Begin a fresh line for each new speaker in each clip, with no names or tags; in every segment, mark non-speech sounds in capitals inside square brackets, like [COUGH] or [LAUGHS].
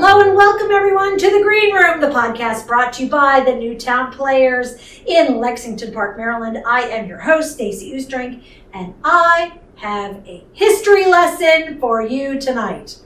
Welcome, everyone, to the Green Room, the podcast brought to you by the Newtown Players in Lexington Park, Maryland. I am your host, Stacey Oostrink, and I have a history lesson for you tonight.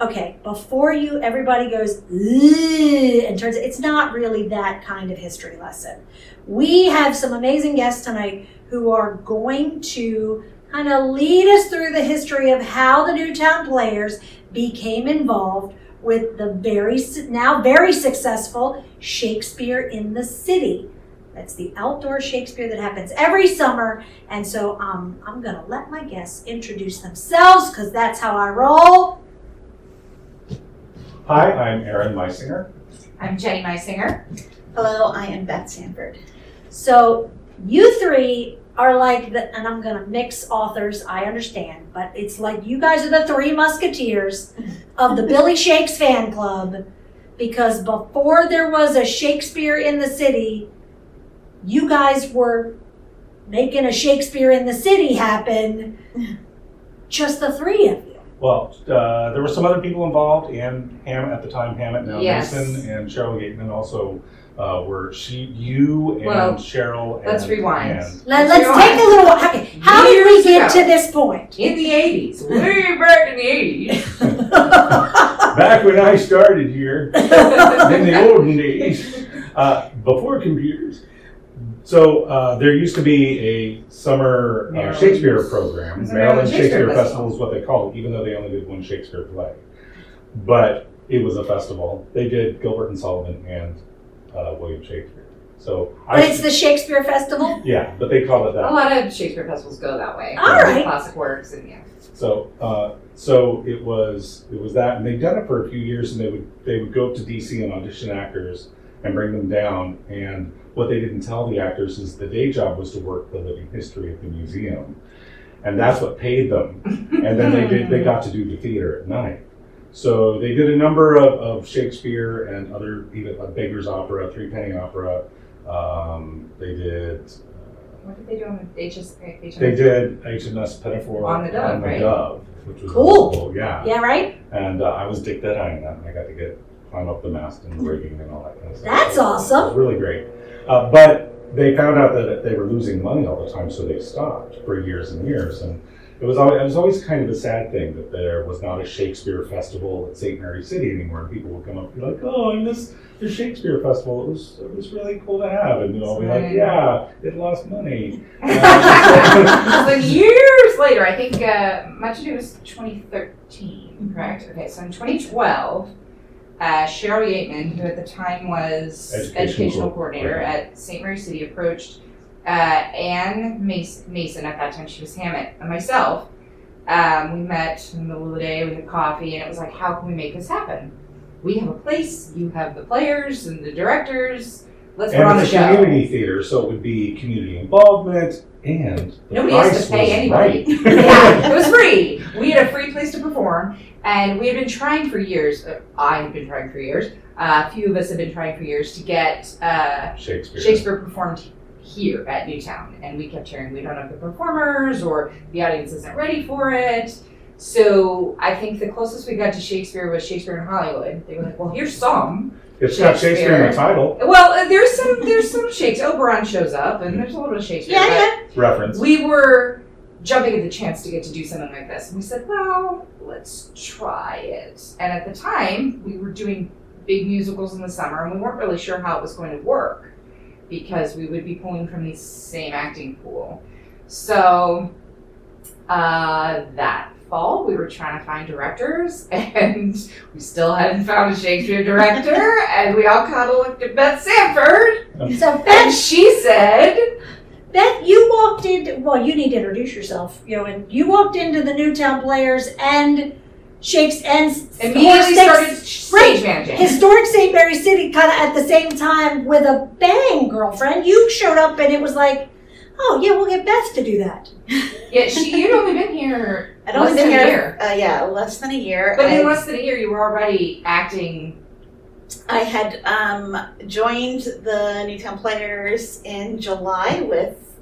Okay, before you, everybody goes "Ugh," and turns. It's not really that kind of history lesson. We have some amazing guests tonight who are going to kind of lead us through the history of how the Newtown Players became involved with the very su- now very successful Shakespeare in the City. That's the outdoor Shakespeare that happens every summer. And so um, I'm going to let my guests introduce themselves because that's how I roll.
Hi, I'm Aaron Meisinger.
I'm Jenny Meisinger.
Hello, I am Beth Sanford.
So you three are like the, and I'm going to mix authors, I understand, but it's like you guys are the three musketeers of the
[LAUGHS]
Billy Shakes fan club because before there was a Shakespeare in the City, you guys were making a Shakespeare in the City happen. Just the three of you.
Well, uh, there were some other people involved, and Ham at the time, Hammett now
Yes.
Mason and Cheryl Gateman also uh, were she, you, and
Well,
Cheryl. And,
let's rewind.
and-
Let, let's
Let's go
take
on.
a little while. Okay, how did we
Years
get
ago.
to this point?
In the 80s,
[LAUGHS]
way back in the
back when I started here
80s.
in the olden days, uh, before computers. So uh, there used to be a summer uh,
Maryland.
Shakespeare program.
It's a
Maryland
Maryland
Shakespeare,
Shakespeare
Festival.
Festival
is what they called it, even though they only did one Shakespeare play. But it was a festival. They did Gilbert and Sullivan and uh, William Shakespeare. So
But it's the Shakespeare Festival.
yeah, but they called it
A
that.
lot of Shakespeare festivals go that way.
All right.
Classic works and yeah.
So uh, so it was it was that, and they'd done it for a few years, and they would they would go up to DC and audition actors and bring them down. And what they didn't tell the actors is the day job was to work the living history of the museum, and that's what paid them. And then they did they got to do the theater at night. So they did a number of, of Shakespeare and other even like Beggar's Opera, Three Penny Opera. Um, they did. Uh,
What did they do on the HS? HS?
they did HNS Pinafore
On the Dove, right?
Dove, which was
Cool.
cool. Yeah.
Yeah, right?
And uh, I was Dick Deadeye in that. and I got to get climb up the mast and the rigging and all that kind of stuff.
That's
It was
awesome.
really great. Uh, but they found out that they were losing money all the time, so they stopped for years and years. And it was always, it was always kind of a sad thing that there was not a Shakespeare festival at St. Mary City anymore. And people would come up and be like, "Oh, I miss the Shakespeare festival. It was it was really cool to have." And we'd all be like,
Right.
"Yeah, it lost
[LAUGHS]
money." [LAUGHS]
It's been years later, I think uh, much of it was 2013, correct? Okay, so in 2012, uh, Cheryl Yateman, who at the time was
Educational
educational,
co-
coordinator at St. Mary City, approached uh, Anne Mas- Mason, at that time she was Hammett, and myself. Um, we met in the middle of the day, we had coffee, and it was like, how can we make this happen? We have a place, you have the players and the directors, let's put on
and
the
it's a
show.
community theater, so it would be community involvement and the
Nobody has to
price
pay
was
anybody.
right.
yeah, it was free. We had a free place to perform, and we had been trying for years. uh, I had been trying for years. Uh, a few of us had been trying for years to get uh,
Shakespeare.
Shakespeare performed here at Newtown, and we kept hearing we don't have the performers or the audience isn't ready for it. So I think the closest we got to Shakespeare was Shakespeare in Hollywood. They were like, "Well, here's some."
It's got Shakespeare in the title
Well, uh, there's some there's some Shakespeare. Oberon shows up, and there's a little bit of Shakespeare.
Yeah,
but-
yeah.
reference.
we were jumping at the chance to get to do something like this. And we said, well, let's try it. And at the time, we were doing big musicals in the summer and we weren't really sure how it was going to work because we would be pulling from the same acting pool. So uh, that fall, we were trying to find directors [LAUGHS] and we still hadn't found a Shakespeare director. and we all kind of looked at Beth Sanford
So,
and
Beth,
she said,
Beth, you walked in. Well, you need to introduce yourself, you know. And you walked into the Newtown Players and Shakes and
immediately
Historic-
started stage managing.
historic St. Mary City kind of at the same time with a bang, girlfriend. You showed up and it was like, oh yeah, we'll get Beth to do that.
Yeah, she, you'd only been here
I'd
less
only
than
been
a
here,
year.
uh, yeah, less than a year.
But in
I,
less than a year, you were already acting.
I had um, joined the Newtown Players in July with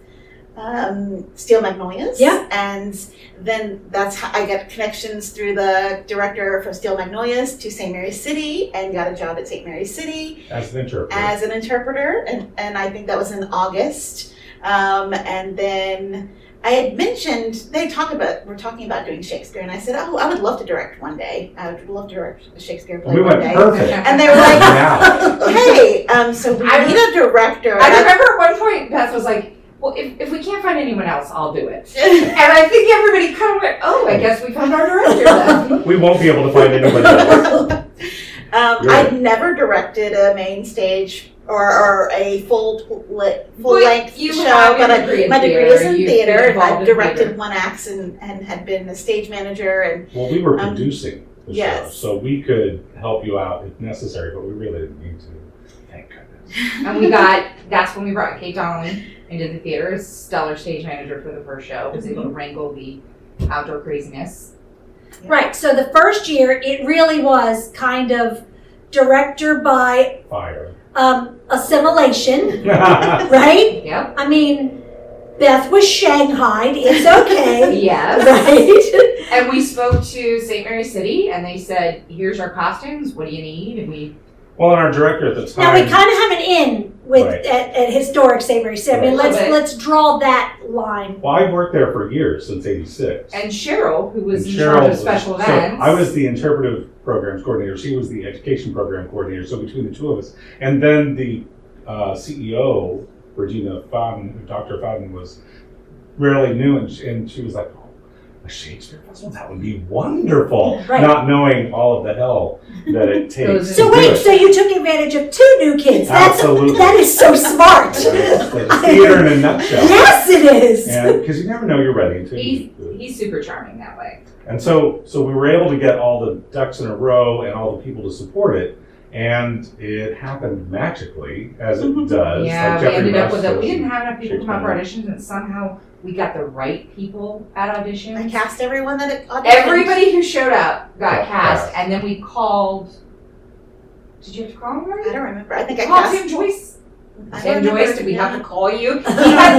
um, Steel Magnolias.
Yeah.
And then that's how I got connections through the director from Steel Magnolias to St. Mary's City and got a job at St. Mary's City.
as an interpreter.
as an interpreter, and, and I think that was in August. Um, and then I had mentioned they talk about we're talking about doing Shakespeare, and I said, oh, I would love to direct one day. I would love to direct a Shakespeare play
we
one
went
day.
perfect.
And they
[LAUGHS]
were like,
now,
hey, um, so we
I-
need a director.
I remember at one point Beth was like, well, if, if we can't find anyone else, I'll do [LAUGHS] it.
I-
And I think everybody kind of went, oh, I guess we found our director [LAUGHS] then.
we won't be able to find anybody else.
um,
You're
I'd never directed a main stage or, or a full full length
you
show,
have your
but I,
degree in
my degree
theater,
is in
you've been
theater, and
involved
I've
in
directed
theater.
one acts and, and had been a stage manager and.
Well, we were
Um,
producing the show,
yes.
so we could help you out if necessary, but we really didn't need to. Thank goodness.
And we got, that's when we brought Kate Donnelly into the theater, as stellar stage manager for the first show, was able to wrangle the outdoor craziness.
Right. So the first year, it really was kind of director by
Fire. [LAUGHS]
um, assimilation, [LAUGHS]
yeah,
right?
Yep.
I mean, Beth was shanghaied. It's okay. [LAUGHS]
Yes. [LAUGHS]
right?
And we spoke to St. Mary's City and they said, here's our costumes, what do you need? And we,
Well, and our director at the time.
Now we kind of have an in with
Right.
at, at historic St. Mary's. City. I mean,
Right.
let's
Right.
let's draw that line.
well, I worked there for years since '86.
and Cheryl, who was
And
in charge of
was-
special
so
events.
I was the interpretive programs coordinator. She was the education program coordinator. So between the two of us, and then the uh, CEO Regina Fadden, Dr. Fadden, was really new, and she, and she was like, "Oh, a Shakespeare festival? That would be wonderful."
Right.
Not knowing all of the hell
[LAUGHS]
that it takes.
Goes
So
to do
wait,
it.
so you took advantage of two new kids. That's
Absolutely.
that is so
[LAUGHS]
smart.
It's theater in a
[LAUGHS]
nutshell.
yes, it is.
Because you never know you're ready until
He's,
you do it.
he's super charming that way.
And so, so we were able to get all the ducks in a row and all the people to support it, and it happened magically as it does.
Mm-hmm. yeah,
like
we
Jeffrey
ended up with
Rush
it. We
was-
didn't have enough people come out for
Shakespeare.
auditions, and somehow we got the right people at
I
auditions.
cast everyone that auditioned.
Everybody who showed up got
Got
cast,
cast.
and then we called. Did you have to call him?
I
Right?
don't remember. I think I
Call
cast.
Tim Joyce.
I
Tim
don't
Joyce,
remember.
did we
Yeah.
have
[LAUGHS]
to call [LAUGHS] you? He had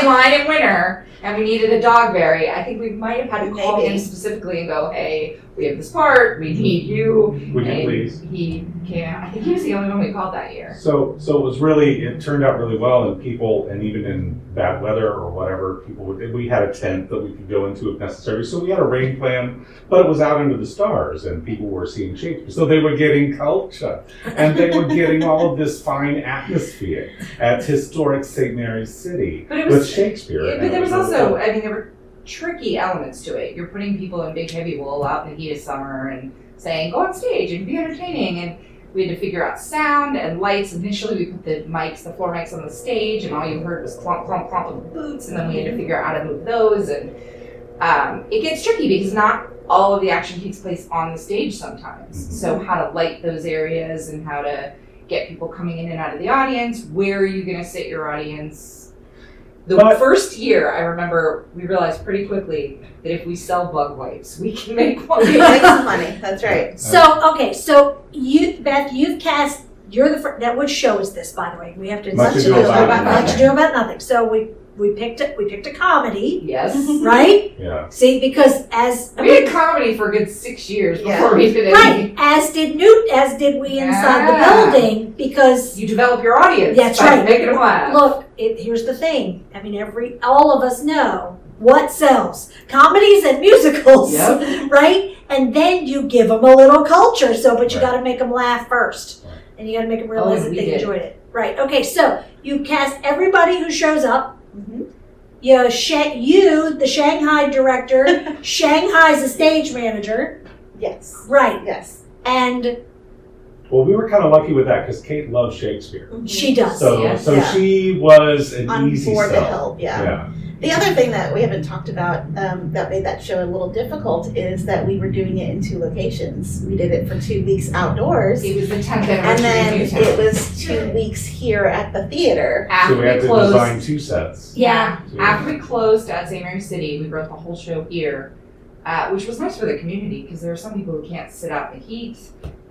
been in line in winter, and we needed a Dogberry. I think we might have had to call
Maybe.
him specifically and go, "Hey, we have this part. We need you."
Would you
and
please?
He can't. I think he was the only one we called that year.
So, so it was really. It turned out really well, and people, and even in bad weather or whatever, people would. We had a tent that we could go into if necessary. So we had a rain plan, but it was out under the stars, and people were seeing Shakespeare. So they were getting culture, and they were getting all of this fine atmosphere at historic St. Mary's City.
But it
with
was
Shakespeare.
Yeah,
and
but
it
there was
really
also,
cool.
I mean, there were tricky elements to it. You're putting people in big heavy wool out in the heat of summer and saying, go on stage and be entertaining. And we had to figure out sound and lights. Initially, we put the mics, the floor mics on the stage, and all you heard was clomp, clomp, clomp of boots. And then we had to figure out how to move those. And um, it gets tricky because not all of the action takes place on the stage sometimes.
Mhm.
So, how to light those areas and how to get people coming in and out of the audience. Where are you going to sit your audience? The
But-
first year, I remember we realized pretty quickly that if we sell bug wipes, we can make one.
[LAUGHS]
[LAUGHS]
Make some money. That's right.
So okay, so you Beth, you've cast. You're the first. Now, which show is this, by the way? We have to
Much
Ado
Much
About
Nothing.
Ado About nothing. So we we picked a, we picked a comedy,
[LAUGHS]
yes.
right?
yeah,
See, because as I
We
mean,
did comedy for a good six years
Yeah.
before we did
Right,
anything.
as did Newt, as did we inside
Yeah.
the building, because
You develop your audience
That's
by
right.
making them laugh.
look, it, here's the thing. I mean, every all of us know what sells: comedies and musicals, [LAUGHS]
Yep.
right? And then you give them a little culture. So, but you
Right.
got to make them laugh first,
Right.
and you got to make them realize
and
that
Oh, we
they
did.
enjoyed it. Right? Okay, so you cast everybody who shows up.
Mm-hmm.
Mhm.
You, sh- you, the Shanghai
[LAUGHS]
director, Shanghai's a stage manager,
Yes.
right?
Yes.
And
Mm-hmm.
well, we were kind of lucky with that because Kate loves Shakespeare,
She does.
so
Yes.
so
Yeah.
she was an
On
Mm-hmm. easy
board to
sell.
help. Yeah.
yeah,
The other thing that we haven't talked about um, that made that show a little difficult is that we were doing it in two locations. We did it for two weeks outdoors,
It was the 10th anniversary
and then
of Newtown.
it was two weeks here at the theater.
After
so we had to
closed,
design two sets.
Yeah.
After we closed at St. Mary's City, we wrote the whole show here uh, which was nice for the community because there are some people who can't sit out in the heat.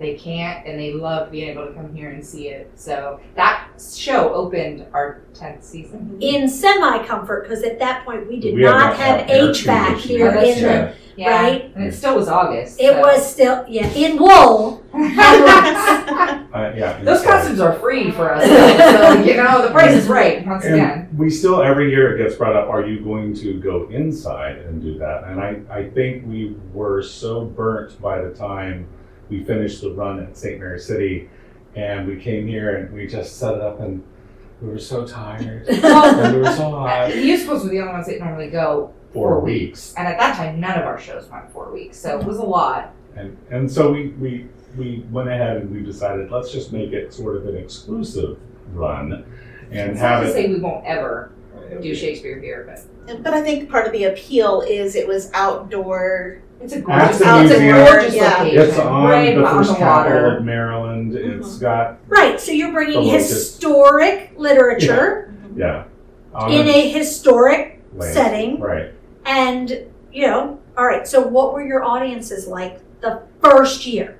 They can't, and they love being able to come here and see it. So that show opened our 10th season.
in semi comfort because at that point we did
We had
not have
air
HVAC
conditioning.
here
Oh, That's
in the,
Yeah.
Right.
And it still was August.
it
so- [LAUGHS]
was still yeah in wool.
Uh, yeah.
Those
inside.
costumes are free
[LAUGHS]
for us. So, you know, the price is right
[LAUGHS]
once again.
And we still, every year it gets brought up, are you going to go inside and do that? And I, I think we were so burnt by the time we finished the run at St. Mary City and we came here and we just set it up and we were so tired and we were
[LAUGHS]
so hot
The youth schools were the only ones that normally go,
for weeks.
and at that time, none of our shows went four weeks, so it was a lot.
And, and so we, we, we went ahead and we decided, let's just make it sort of an exclusive run and
it's
have
not to
it.
say we won't ever do Shakespeare here, but
But I think part of the appeal is it was outdoor.
it's a gorgeous,
That's a
it's a
museum.
gorgeous
Yeah.
location.
It's on
right
the
on
first
the
capital
water. Mm-hmm.
of Maryland. It's got,
right, so you're bringing
Little kids.
historic literature
Mm-hmm.
yeah. on
in a historic
land.
setting,
Right.
and you know, all right. So what were your audiences like the first year?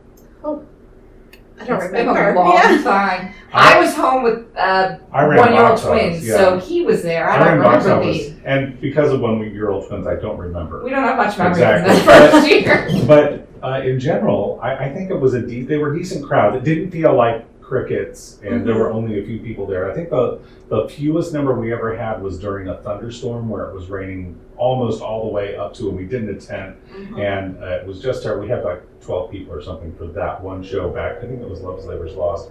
I don't
It's been
remember.
a
[LAUGHS]
long
Yeah.
time. I was home with uh,
I ran
one-year-old
box office,
twins,
yeah.
so he was there. I,
ran
don't
box
remember
office.
the.
And because of one-year-old twins, I don't remember.
We don't have much memory
Exactly.
from
[LAUGHS]
the first year.
But uh, in general, I, I think it was a de- they were a decent crowd. It didn't feel like crickets, and there
Mm-hmm.
were only a few people there. I think the the fewest number we ever had was during a thunderstorm where it was raining almost all the way up to, and we didn't attend. And uh, it was just our, we had like 12 people or something for that one show back. I think it was Love's Labor's Lost.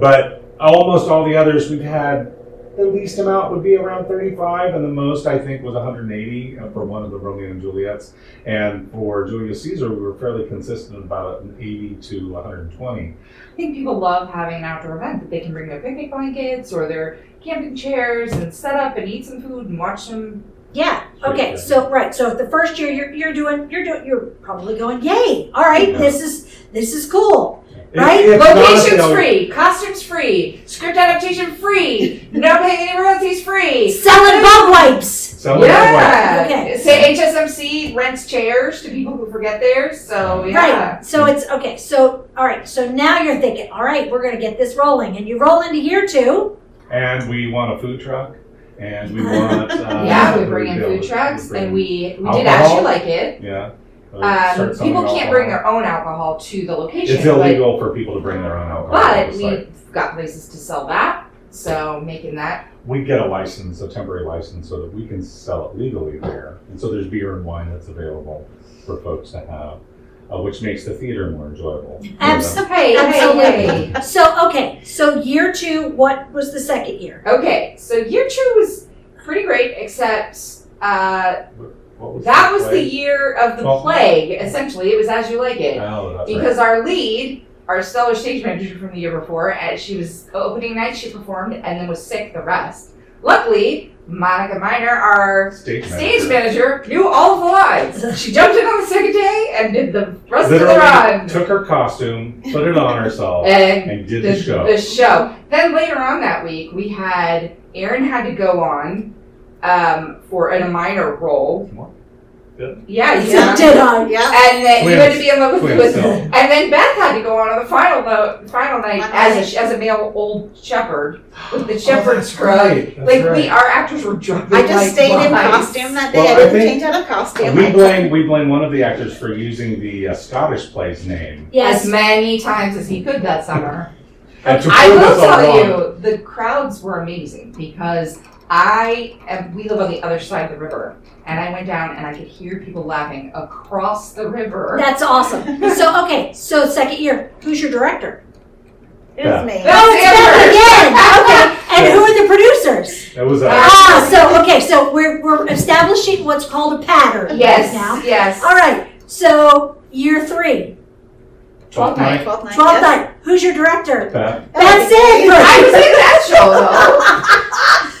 But almost all the others we've had, the least amount would be around 35, and the most I think was 180 for one of the Romeo and Juliet's. And for Julius Caesar, we were fairly consistent about an 80 to 120.
I think people love having an outdoor event that they can bring their picnic blankets or their camping chairs and set up and eat some food and watch some.
Yeah.
Sure,
Okay.
yeah.
So right. So if the first year you're you're doing you're doing you're probably going yay. All right.
Yeah.
This is this is cool.
It-
Right?
it's not
Locations
the-
free, costumes free, script adaptation free, no paying any royalties free.
Selling bug wipes.
So yeah.
Yeah.
Okay.
Say HSMC rents chairs to people who forget theirs,
Oh,
so yeah.
Right. So it's okay. So all right. So now you're thinking, all right, we're gonna get this rolling, and you roll into year two.
And we want a food truck, and we
[LAUGHS]
want. Uh,
Yeah, we bring in
we
food
build-
trucks
we bring-
and we, we
alcohol.
did actually like it.
Yeah. Uh,
Um,
start selling
people can't bring
alcohol.
their own alcohol to the location.
It's
but-
illegal for people to bring their own alcohol.
But
It's
we've
like,
got places to sell that, so making that
we get a license, a temporary license, so that we can sell it legally there. And so there's beer and wine that's available for folks to have, uh, which makes the theater more enjoyable. for them.
Absolutely.
hey,
Absolutely.
hey, hey.
So okay. So year two. What was the second year?
Okay, so year two was pretty great, except uh,
What
that
the
was the
play?
year of the
Twelve.
plague. Essentially, it was as you like it
Oh, that's right.
because our lead, our stellar stage manager from the year before, and she was opening night. She performed and then was sick the rest. Luckily, Monica Miner, our
Stage
stage
manager
manager, knew all the lines. She jumped in on the second day and did the rest of the
Literally
run.
took her costume, put it on herself,
and
and did the show.
the show. Then later on that week, we had Aaron had to go on um, for in a minor role.
What? Yeah.
Yeah, you did.
Yeah.
Did I?
Yeah.
And then you had to be in love with,
Twins,
with
twins,
and then Beth had to go on on the final note, final night
Final
as a, as a male old shepherd with the
Oh,
shepherd's
that's
crust.
right, that's
Like we,
right.
our actors were drunk.
I just
like,
stayed in
lights.
costume that day.
Well, I
I didn't
think
change out of costume.
we blame we blame one of the actors for using the uh, Scottish play's name.
Yes.
as many times as he could that summer.
And to
I
prove
will
us all wrong,
tell you, the crowds were amazing because I am, we live on the other side of the river, and I went down and I could hear people laughing across the river.
That's awesome. So okay. So second year. Who's your director?
It was me.
That's
oh, it's Beth again.
Amber.
Okay. And who are the producers?
It was us.
Ah. So okay. So we're we're establishing what's called a pattern.
[LAUGHS] yes,
Now.
yes.
All right. So year three.
Twelfth
oh
night.
Twelfth night.
Twelfth
yes.
night. Who's your director?
Beth,
That's
I
it.
was in that show
[LAUGHS]
though.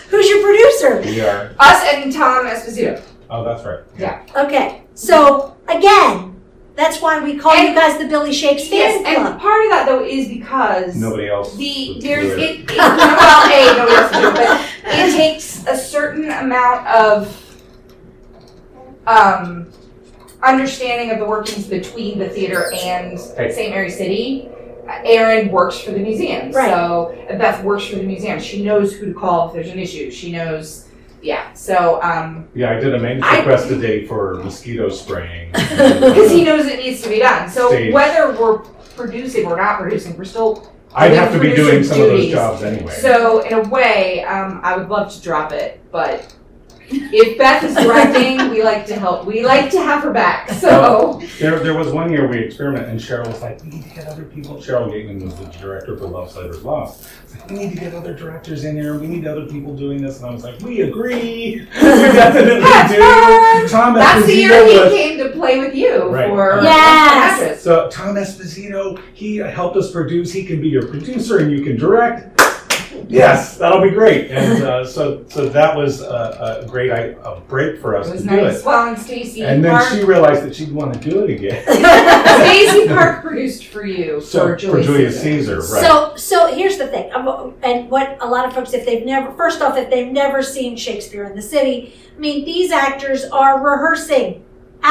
Who's your producer?
we are.
Us and Tom Esposito.
Oh, that's right.
Okay, so again, that's why we call you
And-
guys the Billy Shakes Fan
Yes, and
Club.
part of that though is because
Nobody else.
the
was
there's
there.
it, it well a nobody else did, but it takes a certain amount of um understanding of the workings between the theater and
Hey.
St. Mary City, Erin works for the museum.
Right.
So Beth works for the museum. She knows who to call if there's an issue. She knows, yeah. So, um,
Yeah, I did a maintenance
I-
request today for mosquito spraying.
because he knows it needs to be done. So
Steve.
whether we're producing or not producing, we're still.
[LAUGHS] I'd have to be doing some of those
Duties.
jobs anyway.
So in a way, um, I would love to drop it, but if Beth is directing, we like to help. We like to have
[LAUGHS]
her back. So
There, there was one year we experimented, and Cheryl was like, "We need to get other people." Cheryl Gateman was the director for Love Slater's Lost. It's like, we need to get other directors in here. We need other people doing this, and I was like, "We agree. [LAUGHS] We
[LAUGHS]
definitely do." Tom
that's the year
Esposito
he
was.
came to play with you
Right.
for
Yes.
Actress.
So Tom Esposito, he helped us produce. He can be your producer, and you can direct. Yes, that'll be great. And uh, so, so that was a, a great I- a break for us
It was
to
nice.
do
Well, and
it.
Stacy
And then
Park,
she realized that she'd want to do it again.
[LAUGHS]
[LAUGHS]
Stacy Park produced for you
So
for Julius, Caesar.
Caesar, right?
So, so here's the thing, Um, and what a lot of folks, if they've never, first off, if they've never seen Shakespeare in the City, I mean, these actors are rehearsing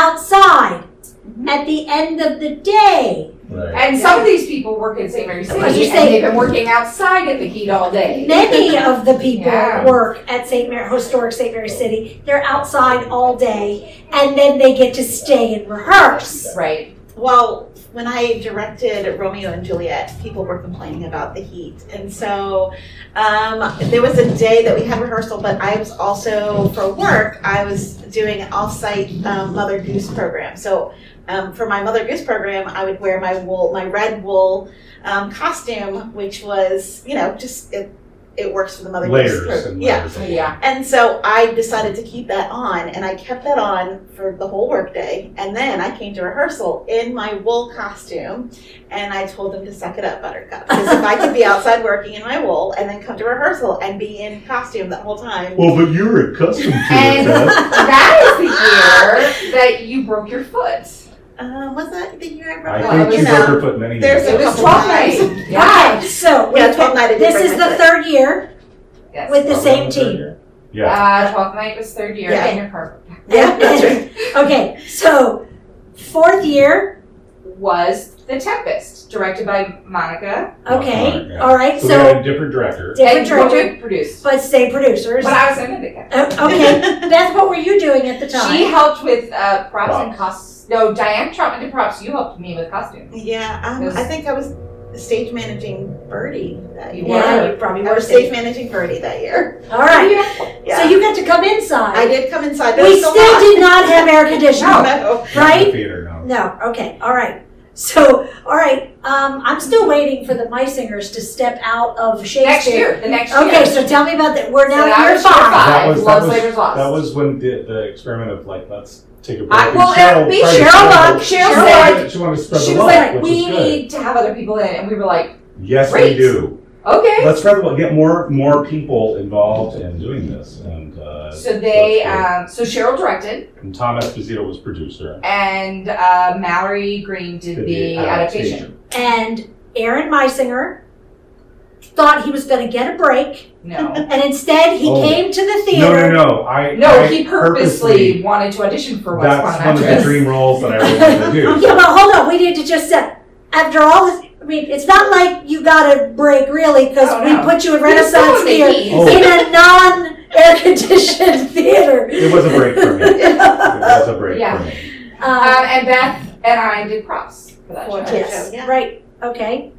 outside
Mm-hmm.
at the end of the day.
right.
And some of these people work in St. Mary's City,
As you
and
say-
they've been working outside in the heat all day. [LAUGHS]
Many of the people
Yeah.
work at St. Mary, historic St. Mary City. They're outside all day, and then they get to stay and rehearse.
Right.
Well, when I directed Romeo and Juliet, people were complaining about the heat. And so um, there was a day that we had rehearsal, but I was also, for work, I was doing an off site um, Mother Goose program. So um, for my Mother Goose program, I would wear my wool, my red wool um, costume, which was, you know, just it, it works for the Mother Goose
Layers
program.
and
yeah.
layers. of-
Yeah.
And so I decided to keep that on, and I kept that on for the whole workday. And then I came to rehearsal in my wool costume, and I told them to suck it up, Buttercup. Because if I could be outside working in my wool and then come to rehearsal and be in costume the whole time,
Well, but you're accustomed to it.
And- [LAUGHS]
Beth.
That
[LAUGHS]
is the year that you broke your foot.
uh, was that the year I broke?
I
up?
think
You
she
know,
broke her foot many
there's
years.
It
a
was 12
couple times.
night. Yeah.
Okay, so
Yeah, 12 night. I did
this
break
is
my
the
foot.
third year
Yes.
with the same team.
Yeah.
Uh, 12th night was third year
Yeah.
in your car
Yeah, that's
[LAUGHS]
right.
Okay, so fourth year.
was The Tempest, directed by Monica.
Okay,
Okay, yeah.
all right.
So,
So
we had a different director.
different
and
director,
Roman produced.
but same producers.
But I was in Indica.
Oh, okay,
[LAUGHS]
Beth, what were you doing at the time?
She helped with uh, props, and
Props.
costs. No, Diane Troutman did props. You helped me with costumes.
yeah, um, I think I was stage managing Birdie that
You
year.
yeah,
were.
you probably
I
were
was stage managing Birdie that year.
All right,
Yeah.
Yeah.
so you got to come inside.
I did come inside, but it
we
was
still
hot.
did not have air conditioning.
[LAUGHS]
No.
Not
Right?
the theater, no.
No, okay, all right. So, all right, um, I'm still waiting for the Meisingers to step out of Shakespeare.
Next year, the next year.
Okay, so tell me about that. We're now
So
at
that
year
was your
five.
That
five.
was- that
Love
was-
Slater's Lost.
That was when the, the experiment of like, let's take a break.
I-
And
well,
Cheryl
me,
tried to
Cheryl
spread
Buck,
the-
Cheryl
wanted- She wanted to spread
she
the
was
love,
like,
which
we
is good.
need to have other people in. And we were like,
Yes,
Great.
we do.
okay.
Let's spread the love. Get more more people involved in doing this. And, uh,
So they,
that's
um, so Cheryl directed,
and Tom Esposito was producer.
and uh, Mallory Green did the, adaptation.
And Aaron Meisinger thought he was going to get a break,
No,
and instead he
Oh.
came to the
No, no,
theater.
no. I
no,
I
he purposely wanted to audition for West
That's
Palm
one of the
Actress.
dream roles that I wanted to
[LAUGHS]
do.
[LAUGHS]
Yeah, well, hold on. We need to just say, after all this, I mean, it's not like you got a break, really, because
Oh,
we
no.
put you in
He was so
Renaissance Theater
amazing.
Oh.
in a non air conditioned [LAUGHS]
[LAUGHS]
theater.
It was a break for me. It was a break
Yeah.
for me.
Um,
Um, and Beth and I did props for that
For
show.
it.
yes,
Yeah.
right, okay.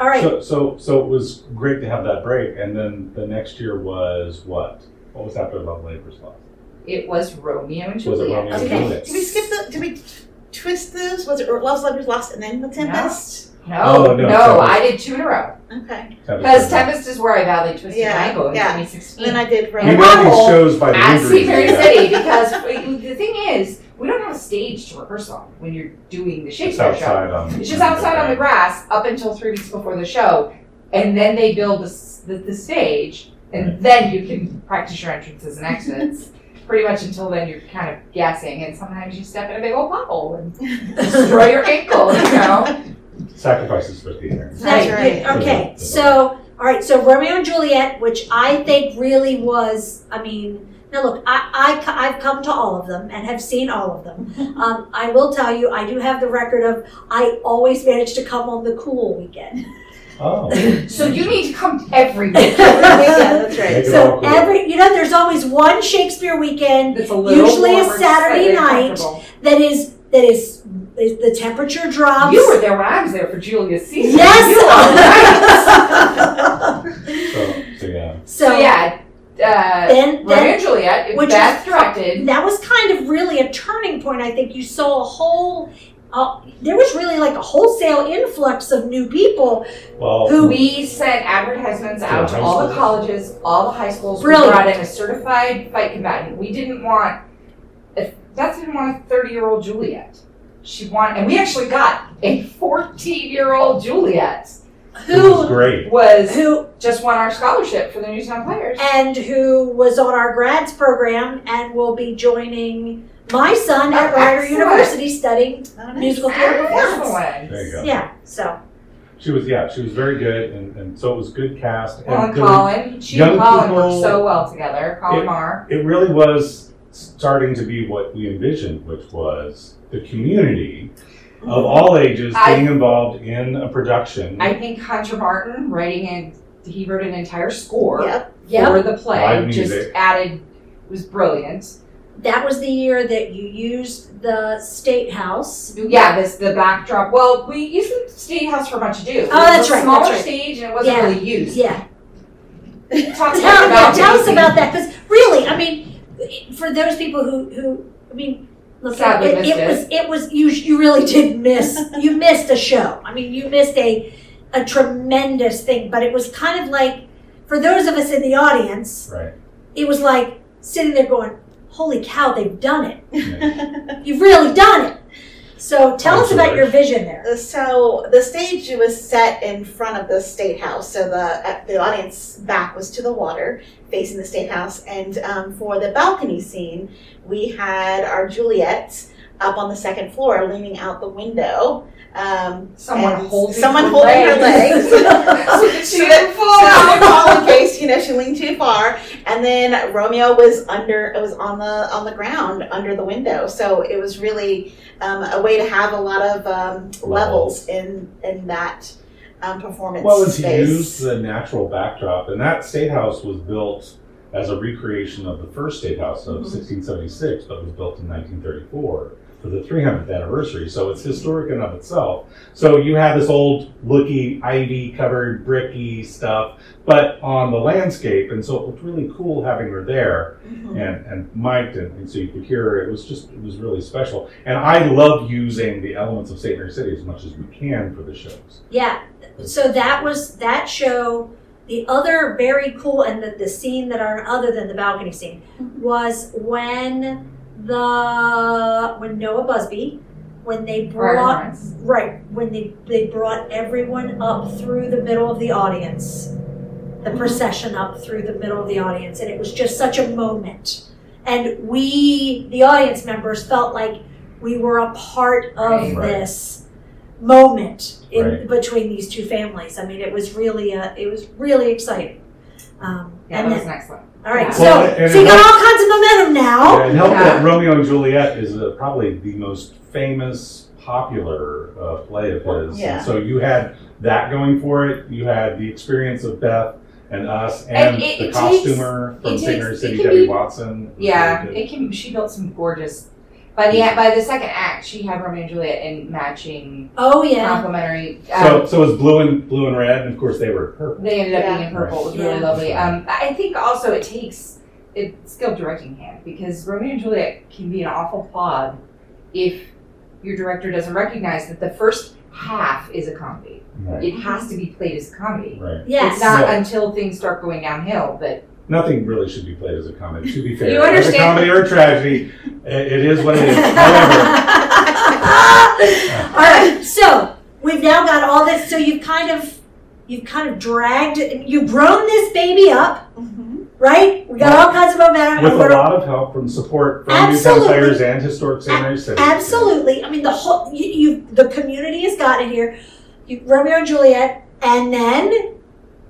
All right.
So, so, so it was great to have that break, and then the next year was what? What was after Love Labor's Lost?
It was Romeo and
Was it
Juliet.
Romeo and
Okay.
Juliet?
Did we skip the? Did we twist those? Was it Love's Lovers Lost and then the Tempest?
No,
Oh,
no,
no, Tempest.
I did two in a row.
Okay.
Because Tempest is where I badly twisted
Yeah,
my ankle in
yeah. And
2016.
then I did
We
Romeo.
know these
Marvel
shows by the
at
[LAUGHS]
St. Mary's
injuries.
City because we- the thing is, we don't have a stage to rehearse on when you're doing the
It's
Shakespeare show.
outside on.
It's just outside on the grass up until three weeks before the show, and then they build the, s- the, the stage, and then you can practice your entrances and exits. [LAUGHS] Pretty much until then, you're kind of guessing, and sometimes you step in a big old pothole and destroy your ankle, you know?
Sacrifices for theater.
That's
Now,
right.
you- Okay,
Yeah.
so all right, so Romeo and Juliet, which I think really was, I mean, Now, look, I, I, have come to all of them and have seen all of them. Um, I will tell you, I do have the record of I always manage to come on the cool weekend.
[LAUGHS]
Oh,
So you need to come every
[LAUGHS]
week.
[LAUGHS] yeah, that's
Make
right.
it
So
all cool.
every, you know, there's always one Shakespeare weekend
It's a little
Usually a
warmer,
Saturday
slightly
night.
comfortable.
that is that is, is the temperature drops.
You were there when I was there for Julia's season. You were right.
Yes.
so, so yeah.
[LAUGHS] so,
so yeah, uh,
then then
Romeo and Juliet. It
which
was best
is-
directed.
that was kind of really a turning point. I think you saw a whole. Uh, there was really like a wholesale influx of new people.
Well,
Who-
We sent advertisements
To the
out to
high
all the
schools.
colleges, all the high schools. We
Brilliant.
brought in a certified fight combatant. We didn't want, if Beth didn't want a 30 year old Juliet. She wanted, and we actually got a 14 year old Juliet
it was
Who
great.
was
who
just won our scholarship for the Newtown Players.
and who was on our grads program and will be joining my son at
Oh,
Rider
excellent.
University studying
Oh, nice.
musical theater performance.
Excellent.
There you go.
Yeah, so
She was, yeah, she was very good, and, and so it was good cast. And
Well, and
good-
Colin, she
young
and Colin
people-
work so well together. Colin
It-
Marr.
It really was starting to be what we envisioned, which was the community of all ages
I-
being involved in a production.
I think Hunter Martin writing in, he wrote an entire score
Yep.
yeah,
for the play.
Live
just
music.
added was brilliant.
that was the year that you used the state house.
Yeah, this the backdrop. Well, we used the state house for much ado.
Oh, that's
it was
right,
A smaller
that's right.
stage and it wasn't
Yeah.
really used.
Yeah, [LAUGHS]
Talk to us
tell, yeah,
about
tell us
using-
about that because really, I mean, for those people who who I mean, look,
Sadly
it,
missed
it
it.
was it was you you really did miss you missed a show. I mean, you missed a a tremendous thing, but it was kind of like for those of us in the audience,
right.
it was like sitting there going, "Holy cow, they've done it!
Yeah.
You've really done it!" So tell us about
Absolutely.
your vision there.
Uh, So the stage was set in front of the state house, so the uh, the audience back was to the water, facing the state house. And um, for the balcony scene, we had our Juliet up on the second floor, leaning out the window. Um,
someone
and
holding
someone
her
holding
[LAUGHS]
her
legs.
legs.
so that she
So
didn't
Oh,
fall
So
out.
I
[LAUGHS]
would fall in case you know she leaned too far, and then Romeo was under was on the on the ground under the window. So it was really um, a way to have a lot of um, levels in in that um, performance
Well, uh, and to
space.
use the natural backdrop, and that state house was built as a recreation of the first state house of
Mm-hmm.
Mhm.
1676, but was built in 1934 for the 300th anniversary. So it's historic in and of itself. So you had this old, looky, ivy-covered, bricky stuff, but on the landscape, and so it looked really cool having her there
Mhm.
and and mic'd and, and so you could hear her. it was just it was really special and i love using the elements of st mary city as much as we can for the shows
Yeah. So that was that show. The other very cool and the, the scene that are other than the balcony scene was when the when Noah Busby when they
Brian
brought
Lawrence.
right when they they brought everyone up through the middle of the audience the
Mm-hmm.
procession up through the middle of the audience and it was just such a moment and we the audience members felt like we were a part of
Right.
Right.
this moment in
Right.
between these two families i mean it was really a, it was really exciting um,
Yeah,
and
that was
then-
an excellent.
all right
yeah.
so
Well, and
so you
it
got all kinds of momentum now
and help that
Oh, yeah.
romeo and juliet is uh, probably the most famous popular uh, play of his
Yeah.
and so you had that going for it you had the experience of beth and us and,
And it-
the
it takes-
costumer from
it
st
takes-
mary
it
city
can
debbie
be-
watson It was
Yeah,
really good.
it can. She built some gorgeous. By the by, the second act, she had Romeo and Juliet in matching
oh yeah
complimentary.
so
Um,
so it was blue and blue and red and of course they were purple
they ended up
Yeah.
being in purple. It was
Right.
really
Yeah.
lovely. Um, I think also it takes a skilled directing hand because Romeo and Juliet can be an awful plod if your director doesn't recognize that the first half is a comedy.
right,
It
Mm-hmm.
has to be played as a comedy.
right.
yes
It's not
Right.
until things start going downhill that
Nothing really should be played as a comedy. To be fair,
You
as a
understand?
comedy or a tragedy, i- it is what it
[LAUGHS]
is. However,
all right so we've now got all this so you've kind of you've kind of dragged you've grown this baby up
Mhm.
right we got all kinds of momentum
with
and we're-
a lot of help from support from
Absolutely.
Newtown players and historic St. Mary's City.
absolutely i mean the whole you, you the community has gotten here you, romeo and juliet and then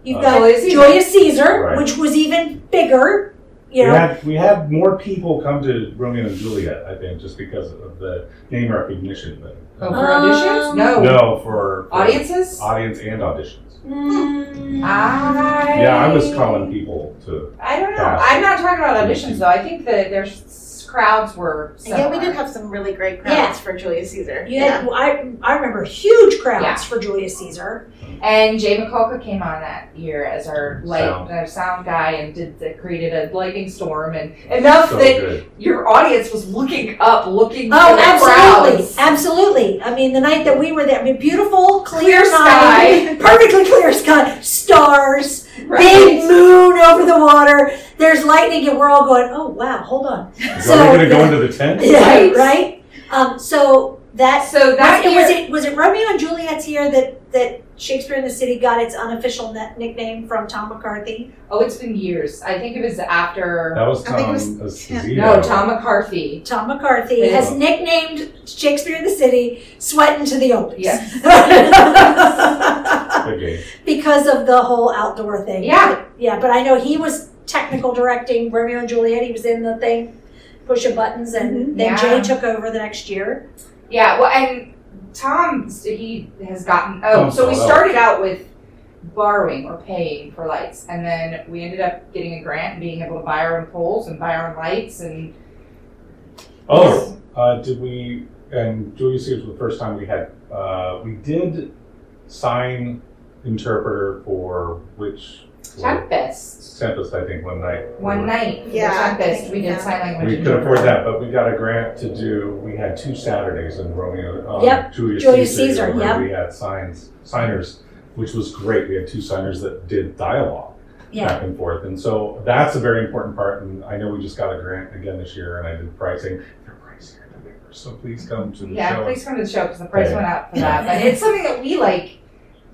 you've
Uh,
got
Julius Caesar.
julius caesar
Right.
which was even bigger You know,
we had we had more people come to Romeo and Juliet, I think, just because of the name recognition. But
Oh,
Um,
for auditions? No.
no, for, for
Audiences?
audience and auditions.
Mm.
I.
Yeah, I was calling people to.
I don't know.
Yeah.
I'm not talking about auditions though. I think that their s- crowds were.
And yeah, we did
similar.
have some really great crowds
Yeah.
for Julius Caesar.
You had, I, I remember huge crowds
Yeah.
for Julius Caesar.
And Jay McCulka came on that year as our light
Sound.
our sound guy and did the, created a lightning storm and enough
so
that [LAUGHS]
good.
your audience was looking up, looking
Oh,
for the
absolutely,
crowds.
absolutely. I mean, the night that we were there, I mean, beautiful, clear,
Clear
night,
sky.
[LAUGHS] perfectly clear sky, stars. big
Right.
moon over the water. There's lightning, and we're all going, "Oh wow, hold on." [LAUGHS]
Is
So-
so, going to go into the tent?
Yeah,
Right.
right. Um, so that
So that
was,
year,
it, was it was it Romeo and Juliet's year that that Shakespeare in the City got its unofficial net nickname from Tom McCarthy.
oh, it's been years. I think it was after.
That was
I think it
Tom uh,
was
Esposito.
No, Tom McCarthy.
Tom McCarthy
Yeah.
has nicknamed Shakespeare in the City "Sweating to the Oldies"
Yeah.
[LAUGHS]
[LAUGHS]
Okay.
because of the whole outdoor thing.
Yeah.
yeah. But I know he was technical directing Romeo and Juliet. He was in the thing, pushing buttons, and then
Mm-hmm. Yeah.
Jay took over the next year.
Yeah, well, and Tom, he has gotten. Oh,
Oh,
so we
so-
started out with borrowing or paying for lights, and then we ended up getting a grant and being able to buy our own poles and buy our own lights. And
Oh, uh, did we? And Julius Caesar was the first time we had. Uh, we did sign interpreter for which
Tempest
Tempest, I think, one night.
one night. for
Yeah, I
Tempest.
think-
We did
yeah.
sign language.
We
and
could afford that,
interpreter.
but we got a grant to do. We had two Saturdays in Romeo. Um,
Yep,
Julius,
Julius
Caesar.
Caesar,
where
yep.
We had signs signers, which was great. We had two signers that did dialogue
Yeah.
back and forth, and so that's a very important part. And I know we just got a grant again this year, and I did pricing. They're pricier than ever, so please come to the
Yeah,
show.
please come to the show because the price
Yeah.
went up for that. But it's something that we like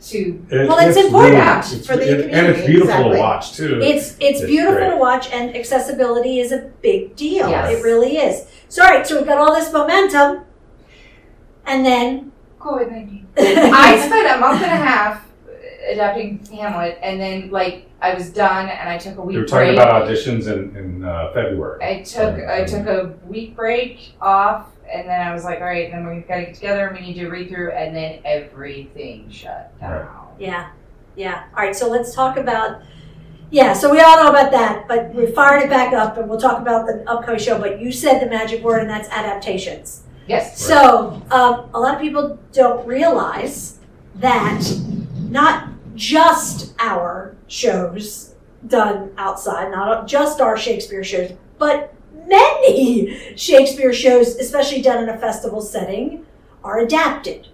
to.
It-
Well, it's important
it's-
for the
it- and it's
community,
beautiful
exactly.
to watch too.
It's it's
It's
beautiful
great.
to watch, and accessibility is a big deal.
Yes.
It really is. So, all right, so we've got all this momentum, and then
COVID nineteen. [LAUGHS] I spent a month and a half adapting Hamlet, and then like I was done, and I took a
we
week
were
break.
talking about Mm-hmm. auditions in, in uh, February.
I took I took a week break off, and then I was like, all right, then we've got to get together, and we need to read through, and then everything shut down.
[LAUGHS] yeah, yeah. All right, so let's talk about yeah. So we all know about that, but we fired it back up, and we'll talk about the upcoming show. But you said the magic word, and that's adaptations.
Yes.
So, um, a lot of people don't realize that not just our shows done outside, not just our Shakespeare shows, but many Shakespeare shows, especially done in a festival setting, are adapted.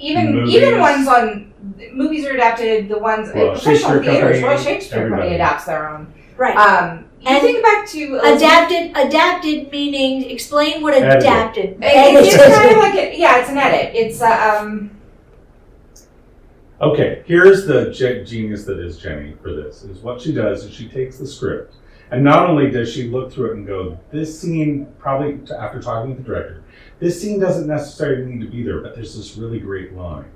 Even
Movies.
even ones on movies are adapted. The ones
Well,
professional
Shakespeare
theaters,
Company,
Royal Shakespeare Company
everybody.
adapts their own.
Right.
Um, you
And
think back to uh, Elizabeth
adapted, adapted meaning explain what
Edited.
adapted.
It- It's
Edited.
kind of like a, yeah, it's an edit. It's uh, um
Okay, here's the ge- genius that is Jenny for this. Is what she does is she takes the script, and not only does she look through it and go, "This scene probably t- after talking with the director, this scene doesn't necessarily need to be there, but there's this really great line."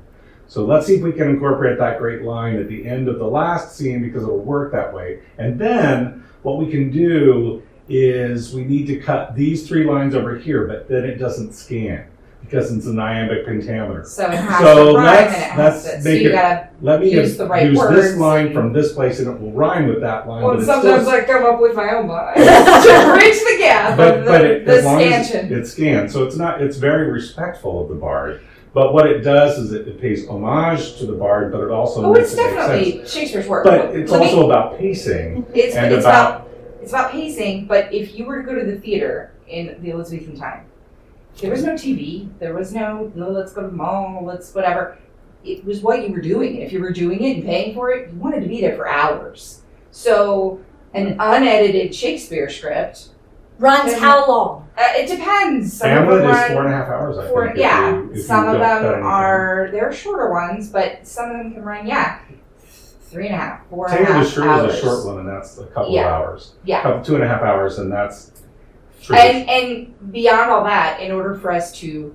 So let's see if we can incorporate that great line at the end of the last scene because it'll work that way. And then what we can do is we need to cut these three lines over here, but then it doesn't scan because it's an iambic pentameter.
so it has
So
to rhyme and
let's-
it has
let's
to so
make
you
it-
gotta
Let me
Use
use,
the right
use
words.
this line from this place, and it will rhyme with that line.
well
but it's
sometimes
still,
I come up with my
[LAUGHS]
own lines [LAUGHS] to bridge the gap
but,
of the,
but it,
the
as long as
stanchion.
it's scanned, so it's not. It's very respectful of the bard. But what it does is it, it pays homage to the bard, but it also
Oh,
makes
it's
it make sense.
definitely Shakespeare's work.
But it's
Let me-
also about pacing
it's,
and
it's
about
about, it's about pacing. But if you were to go to the theater in the Elizabethan time, there was no TV. There was no no. Let's go to the mall. Let's whatever. It was what you were doing. If you were doing it and paying for it, you wanted to be there for hours. So an unedited Shakespeare script.
Runs how long?
Uh, it depends. Some of
Hamlet
them
is
run-
four and a half hours. I
for
think. if
yeah,
you- if you
some of
don't cut
them
anything.
are they're shorter ones, but some of them can run yeah, three and a half, four and a
Taylor
half
the Shrew
hours.
is a short one, and that's a couple
Yeah.
of hours.
Yeah.
couple, two and a half hours, and that's. true.
And and beyond all that, in order for us to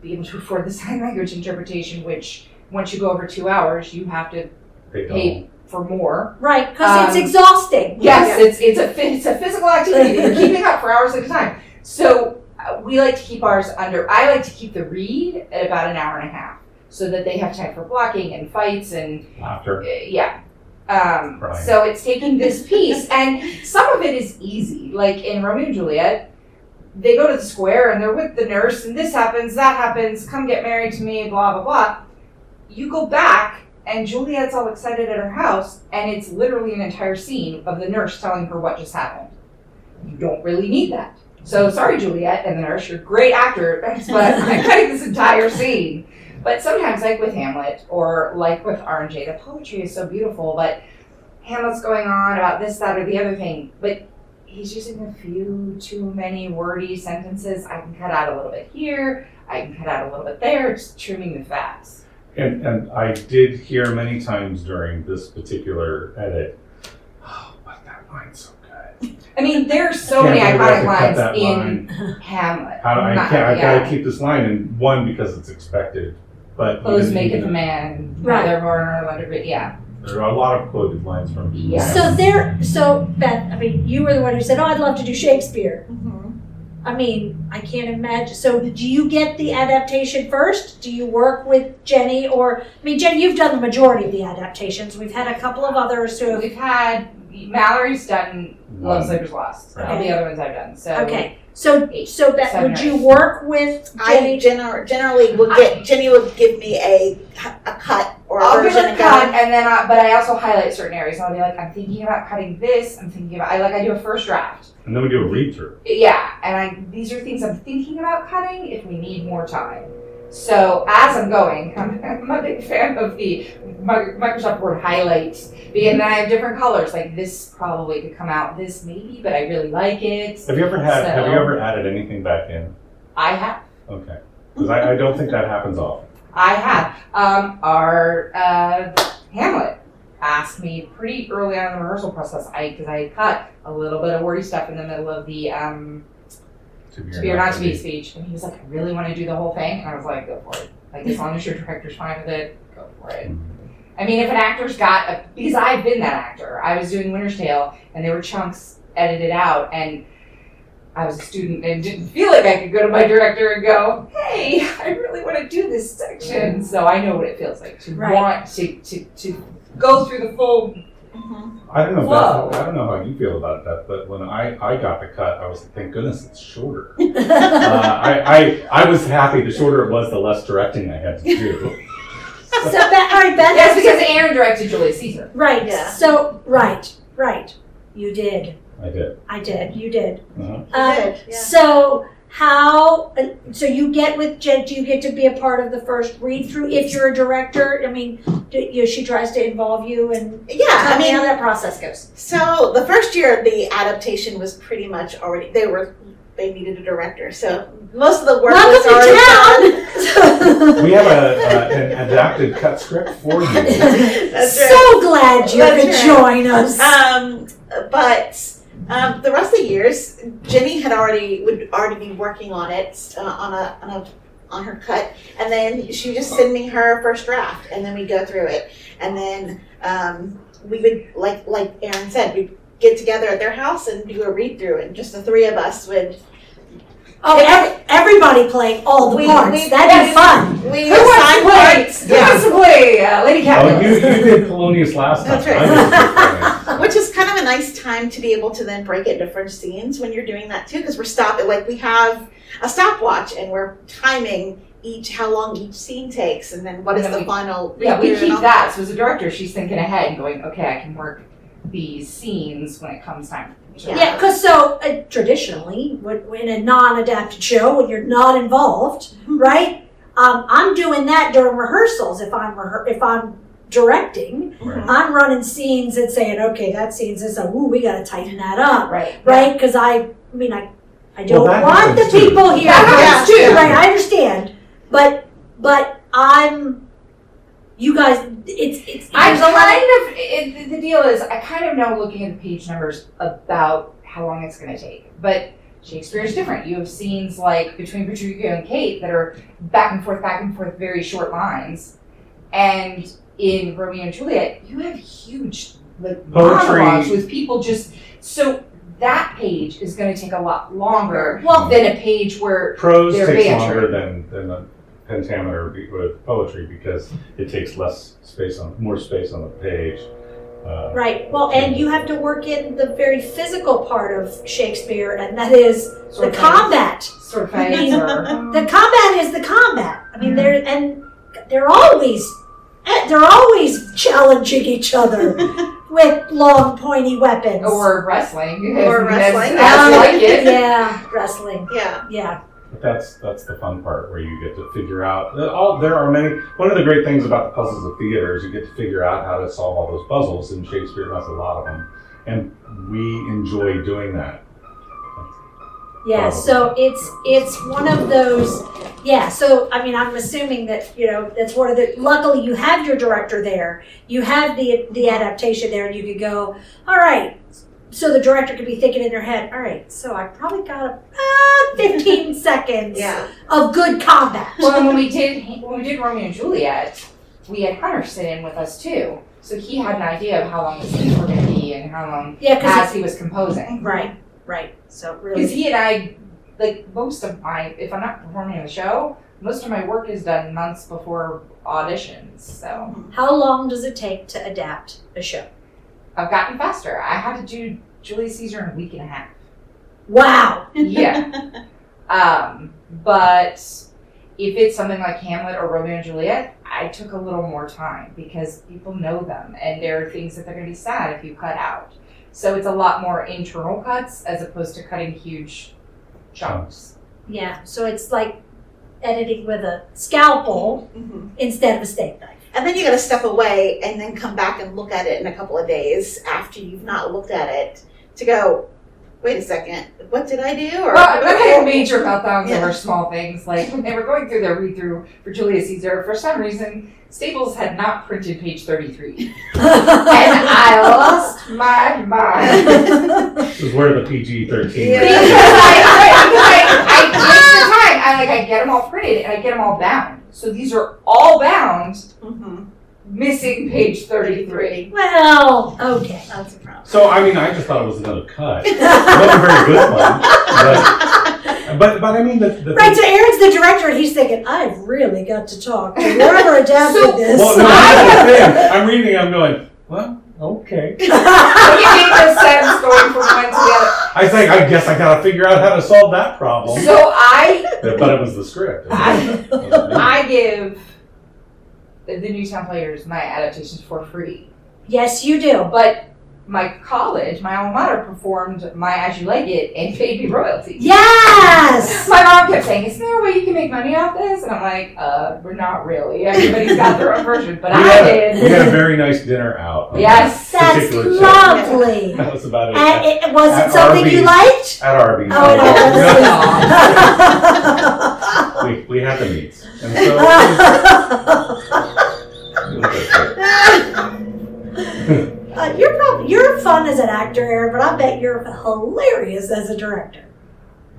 be able to [LAUGHS] afford the sign language interpretation, which once you go over two hours, you have to
They don't.
pay for more.
Right, because it's
Um,
exhausting.
Yes, it's it's a phy- it's a physical activity that you're keeping up for hours at a time. So uh, we like to keep ours under. I like to keep the read at about an hour and a half, so that they have time for blocking and fights and
Laughter.
Uh, yeah. Um,
Right.
So it's taking this piece, and some of it is easy. Like in Romeo and Juliet, they go to the square and they're with the nurse, and this happens, that happens, come get married to me, blah, blah, blah. You go back, and Juliet's all excited at her house, and it's literally an entire scene of the nurse telling her what just happened. You don't really need that. So sorry, Juliet and the nurse, you're a great actor, [LAUGHS] but I'm cutting this entire scene. But sometimes, like with Hamlet or like with RNJ, the poetry is so beautiful, but Hamlet's going on about this, that, or the other thing. But he's using a few too many wordy sentences. I can cut out a little bit here, I can cut out a little bit there. It's trimming the fats.
And, and I did hear many times during this particular edit, oh, but that line's so good.
I mean, there are so
Can't
many
believe I have to
iconic
cut
lines
that
in
line.
Hamlet.
How do I
Not-
can't, I
yeah.
gotta keep this line in one because it's expected. But
Clothes
even-
maketh a
even-
man,
Right.
they're born or under, but yeah.
There are a lot of quoted lines from.
Yeah.
So there, so Beth, I mean, you were the one who said, "Oh, I'd love to do Shakespeare."
Mm-hmm.
I mean, I can't imagine. So, do you get the adaptation first? Do you work with Jenny, or I mean, Jen, you've done the majority of the adaptations. We've had a couple of others who. have
We've had, Mallory's done Love
Um,
Slippers Lost, all
Okay.
the other ones I've done, so.
Okay, so
Eight,
so Beth,
seven,
would
or
you
eight.
work with
I
Jenny?
[LAUGHS] gener- generally would get Jenny would give me a a cut or a
I'll give
version
it a
and
cut,
go.
and then I, but I also highlight certain areas. I'll be like, I'm thinking about cutting this. I'm thinking about I like I do a first draft.
And then we do a read through.
Yeah, and I these are things I'm thinking about cutting if we need more time. So as I'm going, [LAUGHS] I'm, I'm a big fan of the Mi- Microsoft Word highlights, and then I have different colors. Like this probably could come out. This maybe, but I really like it.
Have you ever had? Have you
So-
ever added anything back in?
I have.
Okay, because I, I don't think that happens often.
I have. Um, our uh, Hamlet asked me pretty early on in the rehearsal process, I because I had cut a little bit of wordy stuff in the middle of the um,
To be
to be or not to be speech, and he was like, "I really want to do the whole thing," and I was like, "Go for it! Like as long as your director's fine with it, go for it." I mean, if an actor's got a, because I've been that actor. I was doing Winter's Tale, and there were chunks edited out, and I was a student and didn't feel like I could go to my director and go, "Hey, I really want to do this section." So I know what it feels like to
Right.
want to to to go through the full.
Um,
Mhm.
I don't know.
Whoa.
Beth, I don't know how you feel about that, but when I, I got the cut, I was like, thank goodness it's shorter. uh, I, I I was happy. The shorter it was, the less directing I had to do.
so Beth, all right, Beth.
That's because Aaron directed Julius Caesar.
right.
Yeah.
So right, right. You did.
I did.
I did. You did.
Uh-huh.
Um,
Good, yeah.
So how? So you get with Jen? Do you get to be a part of the first read through if you're a director? I mean, do, you, know, she tries to involve you and
Yeah,
tell
I
me
mean,
how that process goes.
So the first year, the adaptation was pretty much already. They were they needed a director, so most of the work was
Welcome
already
to [LAUGHS] town.
We have a, a an adapted cut script
[LAUGHS]
for you.
[LAUGHS]
done. That's right.
so glad you
That's
could
right.
join us.
Um, but um, the rest of the years, Jenny had already would already be working on it uh, on a on a on her cut, and then she would just send me her first draft, and then we go through it, and then um, we would like like Aaron said, we would get together at their house and do a read through, and just the three of us would.
oh, ev- everybody playing all the
We-
parts.
we-
That'd be
we-
fun.
We
Who wants to
assigned
play?
parts.
Who wants to play uh, Lady
Oh,
Capulet?
you, you did Polonius last time.
That's right.
I did Polonius.
Which is kind of a nice time to be able to then break it into French scenes when you're doing that too, because we're stopping, like, we have a stopwatch and we're timing each, how long each scene takes, and then what is
And then
the
we-
final.
Yeah, we
read and
keep
all-
that. So as a director, she's thinking ahead and going, okay, I can work these scenes when it comes time.
Yeah.
Yeah, because so uh, traditionally, when, when a non-adapted show, when you're not involved,
Mm-hmm.
right? Um, I'm doing that during rehearsals if I'm rehe- if I'm directing.
[LAUGHS]
Right.
I'm running scenes and saying, okay, that scene's this. Oh, ooh, we got to tighten that up,
Right.
right? Because I, I mean, I, I
Well,
don't
that
want the
happens too.
people here.
That
happens Yeah. too.
Right, I understand, but but I'm, you guys, it's it's
I
there's a lot of-
kind of it, the deal is I kind of know looking at the page numbers about how long it's going to take, but Shakespeare is different. You have scenes like between Petruchio and Kate that are back and forth, back and forth, very short lines, and in Romeo and Juliet, you have huge like
Poetry.
monologues with people just so that page is going to take a lot longer
Well,
than a page where
Prose
They're
takes
banter.
longer than, than a pentameter be- with poetry because it takes less space on, more space on the page. Uh,
right. Well, and you have to work in the very physical part of Shakespeare, and that is the
sword fights-
combat.
sword fights or
[LAUGHS] The combat is the combat. I mean, they're and they're always eh, they're always challenging each
[LAUGHS]
other with long, pointy weapons. Uh,
or wrestling
Or
That's-
Um,
[LAUGHS]
wrestling.
that's like it.
yeah, wrestling.
Yeah.
Yeah,
But that's that's the fun part where you get to figure out uh, all there are many one of the great things about the puzzles of theater is you get to figure out how to solve all those puzzles and Shakespeare has a lot of them and we enjoy doing that
yeah.
Oh.
So it's it's one of those. Yeah. So I mean, I'm assuming that you know that's one of the. Luckily, you have your director there. You have the the adaptation there, and you could go. All right. So the director could be thinking in their head. All right. So I probably got about
[LAUGHS]
15 seconds
Yeah.
of good combat. [LAUGHS]
well, and when we did when we did Romeo and Juliet, we had Hunter sit in with us too, so he had an idea of how long the scenes were going to be and how long
Yeah. Because
as he was composing.
right, right. So it
Because
really.
he and I, like most of my, if I'm not performing on the show, most of my work is done months before auditions. So
How long does it take to adapt a show?
I've gotten faster. I had to do Julius Caesar in a week and a half.
Wow.
yeah. Um, but if it's something like Hamlet or Romeo and Juliet, I took a little more time because people know them and there are things that they're going to be sad if you cut out. So it's a lot more internal cuts as opposed to cutting huge chunks.
Yeah. So it's like editing with a scalpel.
hmm
instead of a steak knife.
And then you got to step away and then come back and look at it in a couple of days after you've not looked at it to go, wait a second, what did I do? Or
Well, I've
[LAUGHS]
had major meltdowns
Yeah.
over small things. Like when they were going through their read through for Julius Caesar, for some reason, Staples had not printed page 33.
[LAUGHS]
And I lost my mind.
[LAUGHS]
this is where the PG thirteen
Yeah.
because I, I, I, I just the time I like I get them all printed and I get them all bound. So these are all bound,
Mhm.
missing page thirty-three.
well,
[LAUGHS]
okay.
That's a
[LAUGHS]
problem.
so I mean I just thought it was another cut it wasn't a very good one but but, but I mean the, the
Right, so Aaron's the director, and he's thinking, I've really got to talk to whoever adapted
So-
this.
well, no, that's the thing. I'm reading it, I'm going well
[LAUGHS]
okay
Like, it made no sense going from one to the other.
I think I guess I gotta figure out how to solve that problem
So I
but it was the script
I give the Newtown Players my adaptations for free,
yes, you do.
but my college, my alma mater, performed my As You Like It and paid me royalties.
Yes!
My mom kept saying, "Isn't there a way you can make money off this?" And I'm like, "Uh, we're not really. Everybody's got their own version, but
we,
I
had
did."
a, we had a very nice dinner out.
[LAUGHS] Yes.
That's
Particular show.
lovely.
That was about it.
And it, was it
At
something you
Arby's.
liked?
at Arby's.
Oh,
[LAUGHS]
that
we, we had the meats. And
[LAUGHS]
so
was
it
[LAUGHS]
was
uh, You're probably, you're fun as an actor, Aaron, but I bet you're hilarious as a director.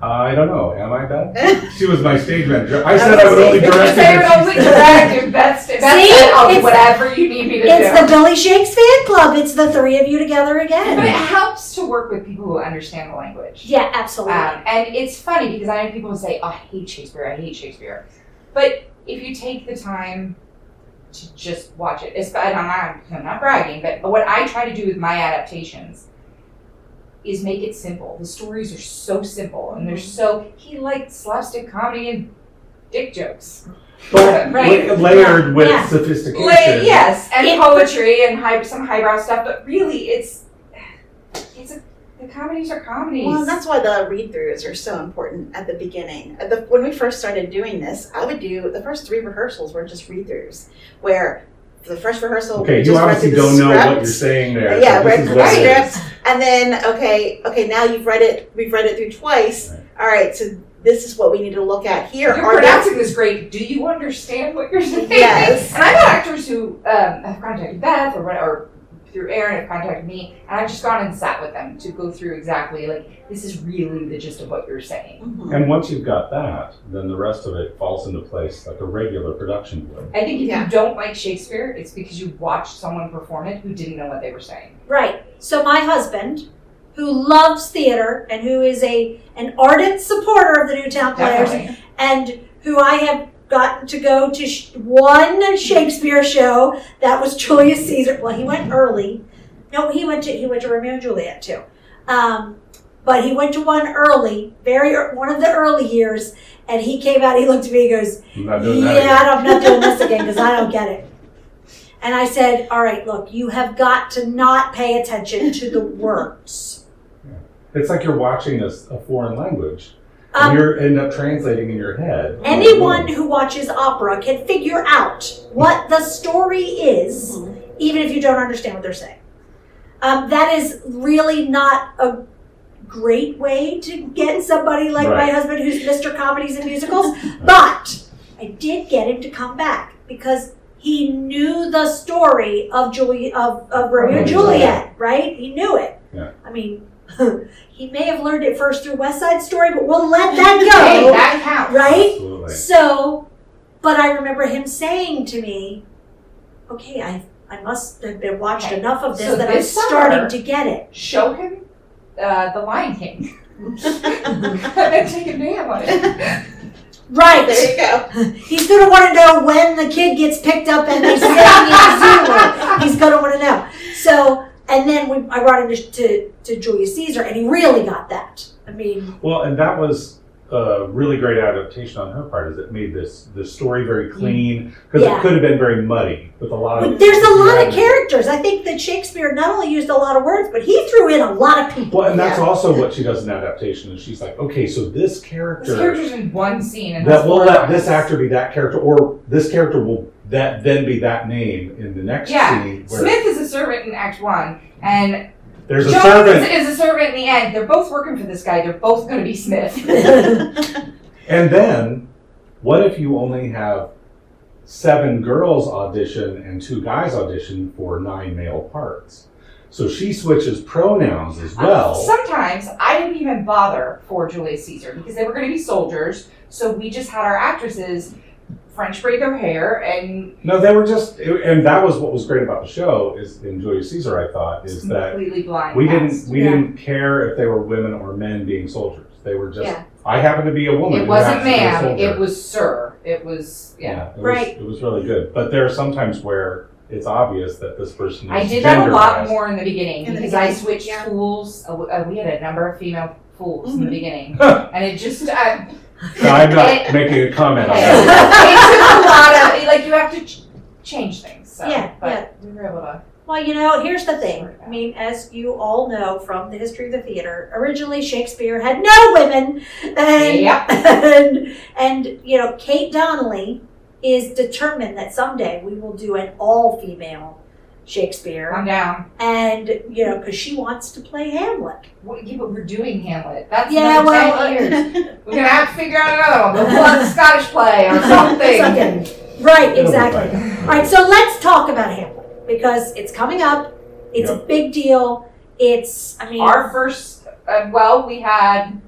I don't know. Am I bad? She was my stage manager. I said I would only
If
direct
you say
it.
it,
if
I'll [LAUGHS]
she
do
said-
that, do best, best
See?
I'll do
It's-
whatever you need me to
It's
do.
the Billy Shakes fan club. It's the three of you together again.
but it helps to work with people who understand the language.
Yeah, absolutely.
Um, and it's funny because I know people who say, oh, I hate Shakespeare, I hate Shakespeare. But if you take the time to just watch it, it's, and I'm, not, I'm not bragging, but what I try to do with my adaptations is make it simple. The stories are so simple and
Mm-hmm.
they're so, he liked slapstick comedy and dick jokes.
[LAUGHS] But
Right.
la- layered with
Yeah.
sophistication.
Like, yes, and
It-
poetry and high, some highbrow stuff, but really it's, it's a, the comedies are comedies.
Well, and that's why the read-throughs are so important at the beginning. At the, when we first started doing this, I would do the first three rehearsals were just read-throughs, where the first rehearsal we
Okay, you
just read
obviously
through
don't
the
know what you're
script.
saying there.
Yeah,
so this
read
is
through
what
the
it is.
script, and then okay, okay, now you've read it. We've read it through twice.
Right.
All right, so this is what we need to look at here.
You're
Are there- [LAUGHS]
pronouncing this great. Do you understand what you're saying?
Yes.
And I've had actors who um, have contacted Beth or what, or through Aaron, have contacted me, and I've just gone and sat with them to go through exactly like this is really the gist of what you're saying.
Mhm.
And once you've got that, then the rest of it falls into place like a regular production would.
I think if
Yeah.
you don't like Shakespeare, it's because you watched someone perform it who didn't know what they were saying.
Right. So my husband, who loves theater and who is a an ardent supporter of the Newtown Players,
Definitely.
and who I have gotten to go to sh- one Shakespeare show that was Julius Caesar. Well, he went early. No, he went to he went to Romeo and Juliet too, um, but he went to one early, very ear- one of the early years, and he came out. He looked at me. He goes,
I'm not doing that.
yeah, I don't, I'm not doing this again because I don't get it. And I said, all right, look, you have got to not pay attention to the words.
again. It's like you're watching a, s- a foreign language. and
Um,
you're end up translating in your head.
anyone who watches opera can figure out what the story is,
Mhm.
even if you don't understand what they're saying. Um, that is really not a great way to get somebody like my
Right.
husband, who's Mr. Comedies and Musicals, but I did get him to come back because he knew the story of Julie of, of Romeo and Juliet, right? He knew it.
Yeah.
I mean, [LAUGHS] he may have learned it first through West Side Story, but we'll let that
Hey,
go,
that counts.
right?
Absolutely.
So, but I remember him saying to me, "Okay, I I must have been watched
Okay.
enough of this
So
that
this
I'm
summer-
starting to get it."
Show him uh, the Lion
[LAUGHS]
King. [LAUGHS] and then take a nap on it.
Right.
There you
[LAUGHS]
go.
He's gonna want to know when the kid gets picked up and they sing in Zulu.
[LAUGHS]
he's gonna want to know. So, and then we, I brought him to, to to Julius Caesar, and he really got that. I mean,
Well, and that was a really great adaptation on her part, is it made this the story very clean because
Mm. Yeah.
it could have been very muddy with a lot of.
there's a lot of characters. I think that Shakespeare not only used a lot of words, but he threw in a lot of people. [LAUGHS]
Well, and that's
Yeah.
also what she does in adaptation. Is she's like, okay, so this
This
character
character's in one scene and
that
has
will
four
let this
lines.
actor be that character, or this character will that then be that name in the next
Yeah.
scene. Where
Smith is a servant in Act One, and
there's a
Jones
servant,
is a servant in the end. They're both working for this guy. They're both going to be Smith.
and then what if you only have seven girls audition and two guys audition for nine male parts? So she switches pronouns as [LAUGHS] well.
Um, Sometimes I didn't even bother for Julius Caesar because they were going to be soldiers, so we just had our actresses French braid their hair and
No, they were just, and that was what was great about the show is in Julius Caesar. I thought
Mm-hmm.
is that
completely blind.
we
cast.
didn't we
Yeah.
didn't care if they were women or men being soldiers. They were just.
Yeah.
I happen to be a woman.
It
who
wasn't
happens to be a
ma'am.
soldier.
It was sir. It was yeah.
it was,
Right.
It was really good, but there are sometimes where it's obvious that this person. Is
I did that a lot
genderized.
more in the beginning
In the
because I
beginning,
switched
yeah.
fools. Uh, uh, We had a number of female fools in the
Mhm.
[LAUGHS]
beginning, and it just uh, I,
No, I'm
It-
not making a comment on
it
that.
took a lot of like you have to ch- change things. So,
Yeah,
but
yeah.
we were able to.
Well, you know, here's the thing. I mean, as you all know from the history of the theater, originally Shakespeare had no women, and [LAUGHS]
Yep.
and and you know, Kate Donnelly is determined that someday we will do an all-female Shakespeare.
I'm down.
and you know, because she wants to play Hamlet.
What, yeah, but we're doing Hamlet. That's
Yeah,
another
well, uh,
10 years.
[LAUGHS]
We're gonna have to figure out another one. We'll pull out the Scottish play or something.
Something. Right,
It'll be
exactly.
fine.
All right, so let's talk about Hamlet because it's coming up. It's a big deal. It's, I mean,
Our first, uh, well, we had.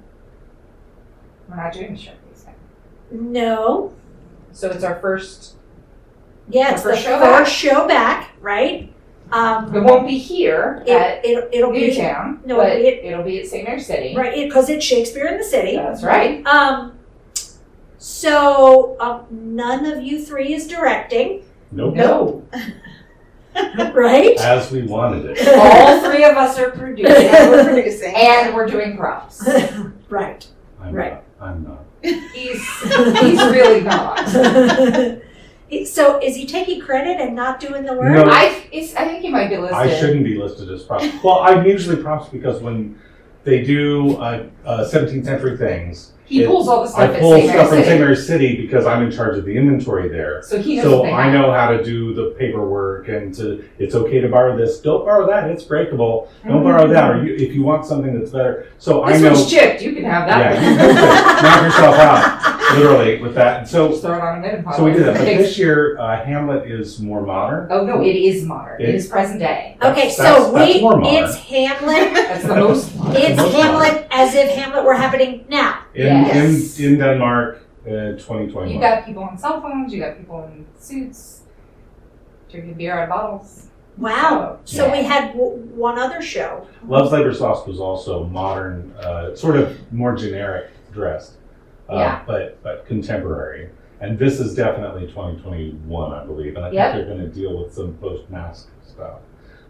We're not doing the show. this time.
no.
So it's our first.
Yeah,
The
it's
first
the
show
first show back, right? Um,
It won't be here
it,
at
it, it'll be,
Newtown,
no,
but
it'll be at-
it'll be at St. Mary's City.
right, because it's Shakespeare in the City.
That's right.
Um, so um, none of you three is
[LAUGHS]
directing,
Nope.
No,
right?
As we wanted it.
all three of us are
And
producing,
we're producing.
and we're
[LAUGHS]
doing props.
[LAUGHS] right. [LAUGHS]
I'm
Right.
Not, I'm not.
He's he's really not.
so is he taking credit and not doing the work?
No.
I it's, I think he might be listed.
I shouldn't be listed as props. Well, I'm usually props because when they do uh, uh, 17th century things,
He
It-
pulls all the stuff
I
at
pull
St.
stuff
Mary's
from St.
City.
Mary's City because I'm in charge of the inventory there.
So he knows
So
they
I
have.
know how to do the paperwork and to it's okay to borrow this. Don't borrow that; it's breakable. Don't borrow that, or you, if you want something that's better. So
Mm-hmm. This
I know.
one's chipped. You can have that [LAUGHS]
yeah,
one.
you can knock yourself out. literally with that. And so
Just throw it on a knitted
so we did that. But
Thanks.
this year, uh, Hamlet is more modern.
Oh no, it is modern. it is
[LAUGHS]
present day.
Okay,
That's- that's-
so
that's
we,
more modern.
it's Hamlet.
[LAUGHS]
That's the most modern.
It's
Most modern.
Hamlet as if Hamlet were happening now.
in
Yes.
in, in Denmark, uh, 2021.
You got people on cell phones. You got people in suits drinking beer out of bottles.
Wow. So
yeah.
we had w- one other show.
Love's Labor Lost was also modern, uh, sort of more generic dressed, uh,
Yeah.
but but contemporary. And this is definitely 2021, I believe. And I
Yep.
think they're going to deal with some post-mask stuff.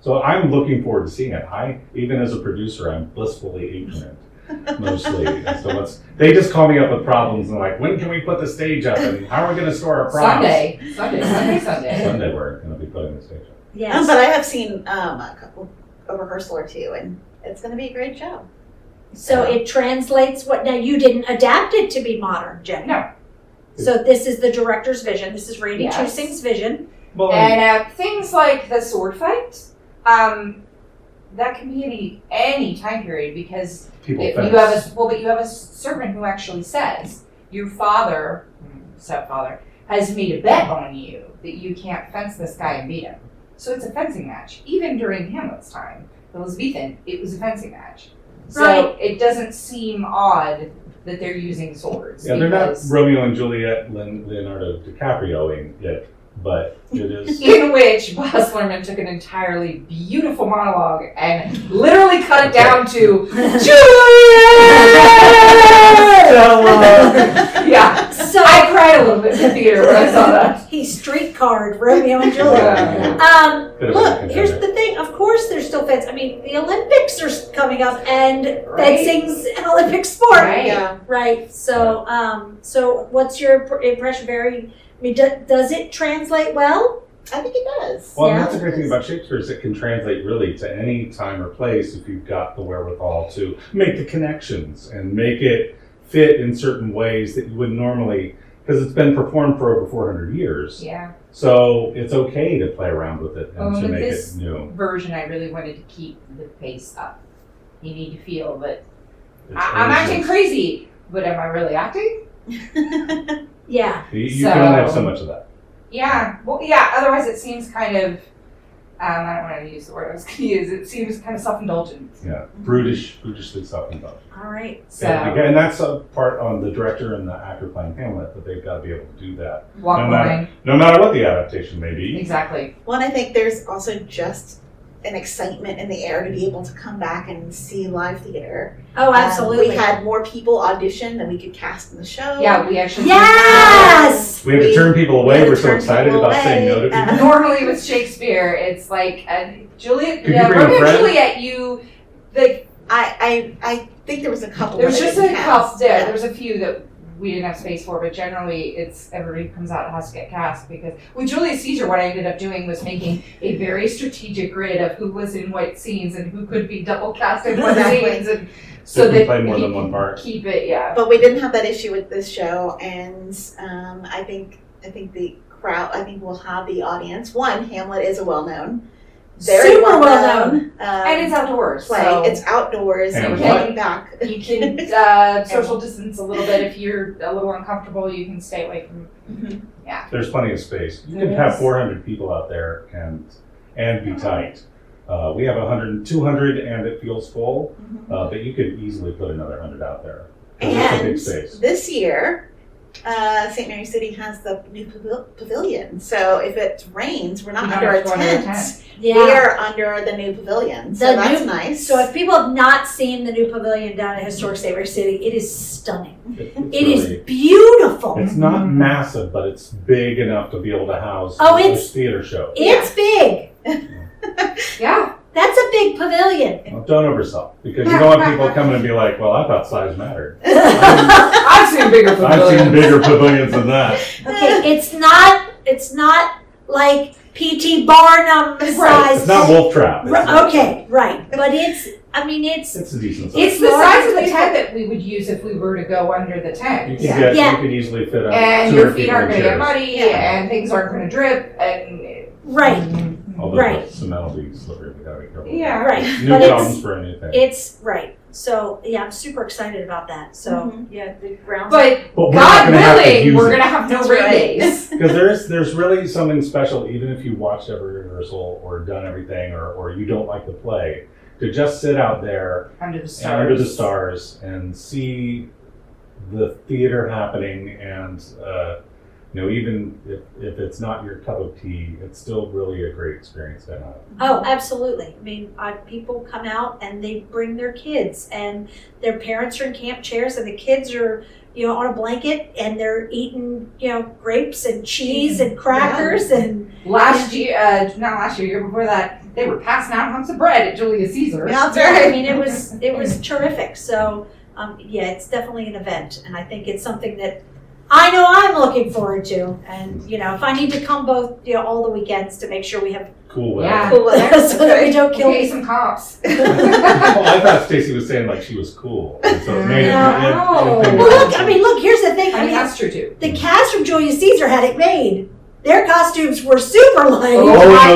So I'm looking forward to seeing it. I, even as a producer, I'm blissfully
[LAUGHS]
ignorant mostly as to what's. They just call me up with problems and like, when can we put the stage up and how are we going to store our props?
Sunday, Sunday, Sunday,
[LAUGHS]
Sunday.
Sunday we're going to be putting the stage up.
Yes.
but I have seen um, a couple a rehearsal or two, and it's going to be a great show.
So it translates what now you didn't adapt it to be modern, Jen.
No.
So this is the director's vision. This is Randy
Yes.
Chusing's
[LAUGHS]
vision.
Well,
And uh, things like the sword fight, um, that can be any any time period because
people
If
fence.
you have a well, but you have a servant who actually says your father, mm, stepfather, has made a bet on you that you can't fence this guy and beat him. So it's a fencing match. Even during Hamlet's time, the Elizabethan, it was a fencing match. So
Right.
it doesn't seem odd that they're using swords.
Yeah, they're not
because
Romeo and Juliet, Leon- Leonardo DiCaprioing it, but it
[LAUGHS]
is.
In which Baz Luhrmann took an entirely beautiful monologue and literally cut it down to Juliet. [LAUGHS] yeah.
So
I cried a little bit in the theater when I saw that.
he streetcarred Romeo and Juliet.
Yeah.
Um,
Bit of a
look, here's
contender.
the thing. Of course, there's still fans. I mean, the Olympics are coming up, and
Right.
fencing's an Olympic sport,
Right.
Yeah.
Right, So, um, so what's your pr- impression? Very. I mean, do, does it translate well?
I think it does.
Well, and
Yeah.
that's the great thing about Shakespeare is it can translate really to any time or place if you've got the wherewithal to make the connections and make it fit in certain ways that you would normally, because it's been performed for over 400 years.
Yeah.
So it's okay to play around with it and
Well,
to
with
make
this-
it new.
Version, I really wanted to keep the face up. You need to feel that
It's
I- I'm acting
ancient.
crazy, but am I really acting?
Yeah.
You, you can only have so
So-
much of that.
Yeah. Well, yeah. Otherwise, it seems kind of. Um, I don't want to use the word I was going to use. It seems kind of self-indulgent.
Yeah, brutish, brutishly self-indulged.
All right.
So,
Yeah, again, and that's a part on the director and the actor playing Hamlet that they've got to be able to do that,
walk
No
the
matter-
line.
no matter what the adaptation may be.
Exactly.
Well, and I think there's also just an excitement in the air to be able to come back and see live theater.
Oh,
Um,
absolutely.
we had more people audition than we could cast in the show.
Yeah, we actually.
yes.
We have to
We-
turn people
we
away.
have
We're
to
so
turn
excited
people
about saying no to
away.
people.
Uh,
normally with Shakespeare, it's like uh, Juliet.
Could you
yeah,
bring a
Romeo and
friend?
Juliet. You like
I, I, I think there was a couple.
there's
Oh, that
just a
didn't
couple.
cast.
There, there's a few that we didn't have space for, but generally it's everybody comes out and has to get cast because with Julius Caesar, what I ended up doing was making a very strategic grid of who was in what scenes and who could be double cast in what
Exactly.
scenes, and
So
so
if you
that
play more
he
than one
could
part.
Keep it, yeah.
But we didn't have that issue with this show, and um, I think I think the crowd. I think we'll have the audience. One, Hamlet is a well-known, very
Super
well-known, um,
And it's outdoors,
play.
so
It's outdoors.
And
and
what?
coming back.
you can
[LAUGHS]
uh, social distance a little bit. If you're a little uncomfortable, you can stay away from
There's plenty of space. You
There
can have
is.
400 people out there and and be tight. Uh, we have 100, 200, and it feels full.
Mm-hmm.
Uh, but you could easily put another 100 out there. 'Cause it's a big
And
space.
this year, uh, St. Mary City has the new pavil- pavilion. So if it rains, we're not
You're not
under a
going under a
tent.
tent.
We
Yeah.
are under the new pavilion. So
The
that's
new-
nice.
So if people have not seen the new pavilion down at historic St. Mary City, it is stunning.
It-
It is
really-
beautiful.
It's not massive, but it's big enough to be able to house
Oh,
this
it's-
theater show.
It's big.
[LAUGHS]
Yeah,
That's a big
[LAUGHS]
pavilion.
Well, don't oversell because you don't want people coming and be like, "Well, I thought size mattered.
I've seen bigger.
I've
pavilions.
seen bigger pavilions
[LAUGHS]
than that."
Okay, it's not. It's not like P.T. Barnum size.
It's not Wolf Trap. It's,
Ri- okay, right, but it's. I mean, it's.
it's a decent size.
It's the size of the tent that we would use if we were to go under the
you
tent.
can
Yeah.
get,
Yeah.
you could easily fit up
And
two or
your
three
feet aren't going to
chairs.
get muddy,
Yeah.
and things aren't going to drip, and
Right,
Although
Right.
the cement will be slippery. We gotta be careful.
yeah,
right.
New
But it's-
problems for anything.
It's right. So yeah, I'm super excited about that. So
Mhm.
Yeah, the ground.
Mm-hmm. But
But we're not
God
gonna have to
willing,
use
we're
it.
gonna have no
That's
rain
right. [LAUGHS]
days.
Because there is, there's really something special, even if you watched every rehearsal or done everything, or, or you don't like the play, to just sit out there
Under the
and
stars.
under the stars and see the theater happening, and uh, you know, even if, if it's not your cup of tea, it's still really a great experience to have.
Oh, absolutely. I mean, I, people come out and they bring their kids, and their parents are in camp chairs, and the kids are, you know, on a blanket, and they're eating, you know, grapes and cheese and crackers, and
Last year, uh, not last year, year before that, they were passing out hunks of bread at Julius Caesar.
Yeah, that's
I
right.
mean, it was it was terrific. So, um, yeah, it's definitely an event, and I think it's something that I know I'm looking forward to. And you know, if I need to come both, you know, all the weekends to make sure we have
Cool. Well.
Yeah.
Cool
[LAUGHS]
weather.
so that we don't kill.
Pay some cops.
[LAUGHS] well, I thought Stacy was saying like she was cool, and so it made it.
No.
it- it- it-
Well, look. I mean, look. Here's the thing.
I mean, that's true too.
The cast from Julius Caesar had it made. Their costumes were super light.
Oh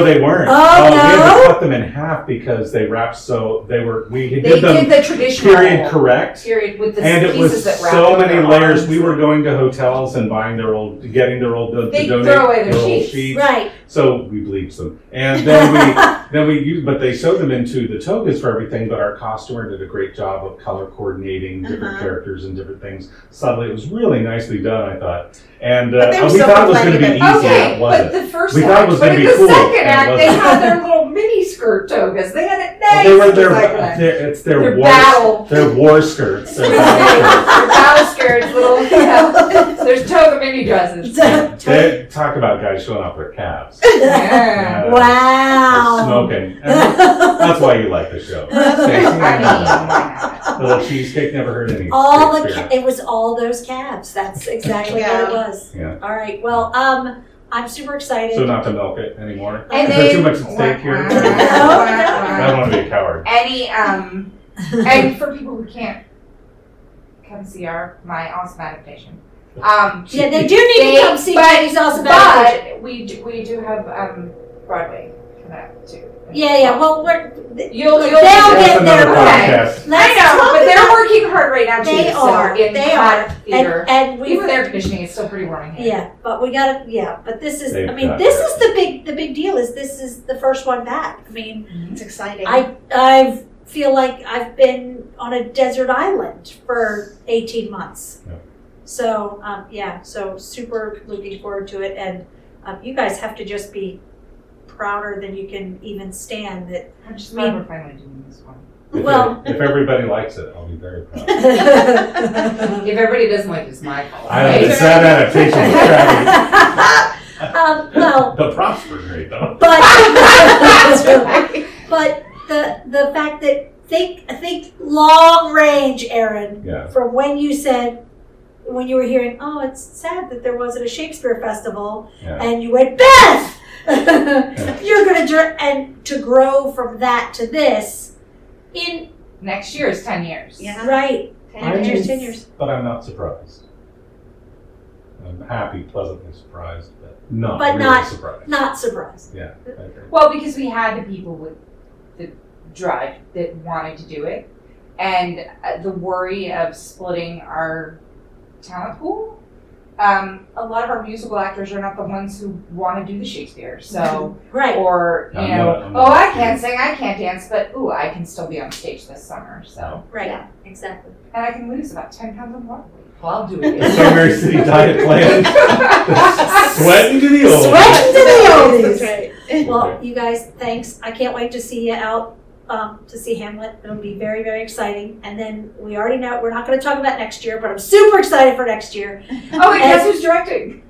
no, they weren't.
Oh,
we had
no?
to cut them in half because they wrapped so they were. We did
They
them
did the traditional
period correct,
period with the
and it was
pieces that wrapped
so
around
many
their
layers.
arms.
We were going to hotels and buying their old, getting their old to
They
donate
throw away their
old
sheets.
Right.
So we bleeped them, and
[LAUGHS]
then
[LAUGHS]
we then we used, but they sewed them into the togas for everything. But our costumer did a great job of color coordinating different
Uh-huh.
characters and different things. Subtly, it was really nicely done. I thought, and uh,
But they were
we
so
thought it was going to be
complaining
easy. and
that-
Okay,
it
but
wasn't.
the first
We thought it
act,
was
but
gonna
in
be
the
cool,
second
and it
act, they
wasn't.
had their little mini skirt togas. They had it
Well,
nice.
they were
in the
their,
second act.
their it's their,
Their
war
battle.
their war
[LAUGHS]
skirts. Their battle
Their battle skirts, little, you know, there's toga
[LAUGHS]
mini dresses.
skirts. They talk about guys showing off their calves.
Yeah.
Yeah, they're
wow.
Smoking. And that's why you like the show.
I mean, why
Stacy,
not?
the little cheesecake never heard any.
[LAUGHS] all the ca-
experience.
it was all those calves. That's exactly what
Yeah.
it was.
Yeah.
All right. Well, um, I'm super excited.
So not to milk it anymore.
And
Is there too
then-
much at stake here? [LAUGHS]
[LAUGHS] No,
I
no.
don't want to be a coward.
Any um, and for people who can't come see our my awesome adaptation. Um,
[LAUGHS] yeah, they do need to come see
But-
Katie's awesome Adventures.
but we do, we do have um Broadway coming up too.
Yeah, yeah. Well, we're
You'll
They'll
you'll
That's
get
another
there. let's
podcast.
I know,
talk
but they're
about-
working hard right now too.
They
so
are.
In
They
hot Theater.
and, and we
Even their conditioning is still pretty warm in here.
Yeah, but we gotta. Yeah, but this is. I
They've
mean,
got
this
it.
is the big. The big deal is this is the first one back. I mean,
Mm-hmm.
It's exciting.
I I feel like I've been on a desert island for eighteen months.
Yeah.
So um, yeah, so super looking forward to it, and um, you guys have to just be prouder than you can even stand
[LAUGHS]
that.
I'm just glad we're finally doing this one.
If, [LAUGHS]
Well-
if everybody likes it, I'll be very
[LAUGHS]
proud.
If everybody doesn't like it, it's my fault.
I
Right?
don't, it's [LAUGHS] that
[LAUGHS]
adaptation. was
um, well,
tragic. The props were great though.
[LAUGHS]
That's
but.
right.
But the the fact that think think long range, Aaron,
Yeah.
from when you said when you were hearing, oh, it's sad that there wasn't a Shakespeare festival,
Yeah.
and you went, Beth, you're gonna dr-, and to grow from that to this, in
Next year is 10 years.
Yeah.
right,
I'm-
ten years, ten years.
But I'm not surprised. I'm happy, pleasantly surprised, but not
But
really
not- [LAUGHS]
surprised.
Not surprised.
yeah. okay.
Well, because we had the people with the drive that wanted to do it, and uh, the worry of splitting our talent pool. Um, a lot of our musical actors are not the ones who want to do the Shakespeare, so
[LAUGHS] Right.
or you
I'm
know,
not- I'm
oh,
not-
I can't sing, I can't dance, but ooh, I can still be on stage this summer, so
Right.
Yeah.
Exactly.
and I can lose about ten pounds of water weight. Well, I'll do it.
[LAUGHS]
[LAUGHS]
The Summer City diet plan. Sweating to the old.
Sweating to the oldies.
That's right.
Well, you guys, thanks. I can't wait to see you out um, to see Hamlet. It'll be very, very exciting. And then we already know we're not going to talk about next year, but I'm super excited for next year.
[LAUGHS] oh, and guess who's directing?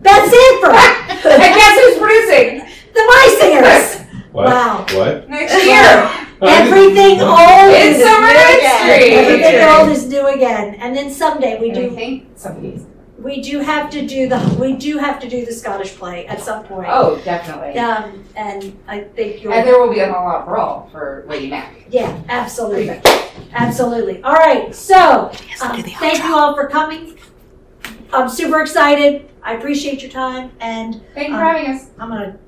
Beth Sanford,
And [LAUGHS] guess
[LAUGHS]
who's producing
the My Singers.
What? Oh,
Wow,
What?
next year?
everything
What?
old
It's
is
Summer Night Street.
everything old is new again. And then someday we
And I
do
think somebody's.
we do have to do the we do have to do the Scottish play at some point.
Oh, definitely.
Um, and I think you'll
And there will be an all-out brawl for Lady Mac.
Yeah, absolutely. Absolutely. All right, so um, thank you all for coming. I'm super excited. I appreciate your time, and
Thank you for
Um,
having us.
I'm going to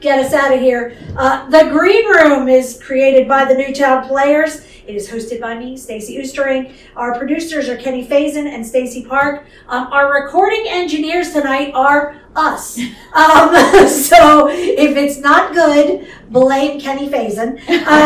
get us out of here. Uh, the Green Room is created by the Newtown Players. It is hosted by me, Stacy Oostering. Our producers are Kenny Fazen and Stacy Park. Um, our recording engineers tonight are us. Um, [LAUGHS] so if it's not good, blame Kenny Fazen.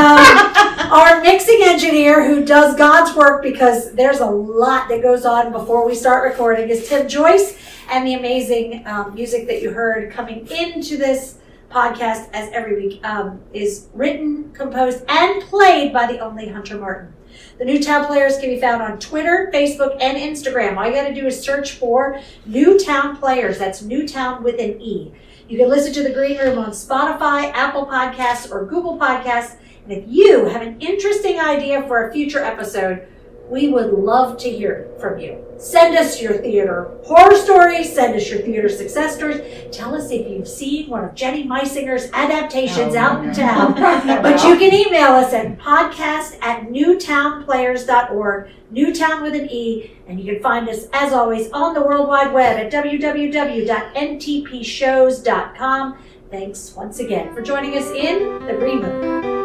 Um, our mixing engineer, who does God's work because there's a lot that goes on before we start recording, is Tim Joyce. And the amazing um, music that you heard coming into this podcast, as every week, um, is written, composed, and played by the only Hunter Martin. The Newtown Players can be found on Twitter, Facebook, and Instagram. All you got to do is search for Newtown Players. That's Newtown with an E. You can listen to The Green Room on Spotify, Apple Podcasts, or Google Podcasts. And if you have an interesting idea for a future episode, we would love to hear from you. Send us your theater horror stories, send us your theater success stories. Tell us if you've seen one of Jenny Meisinger's adaptations
Oh,
out in
no.
town.
[LAUGHS]
But you can email us at podcast at newtownplayers.org, Newtown with an E, and you can find us, as always, on the World Wide Web at www.ntpshows.com. Thanks once again for joining us in the Green Room.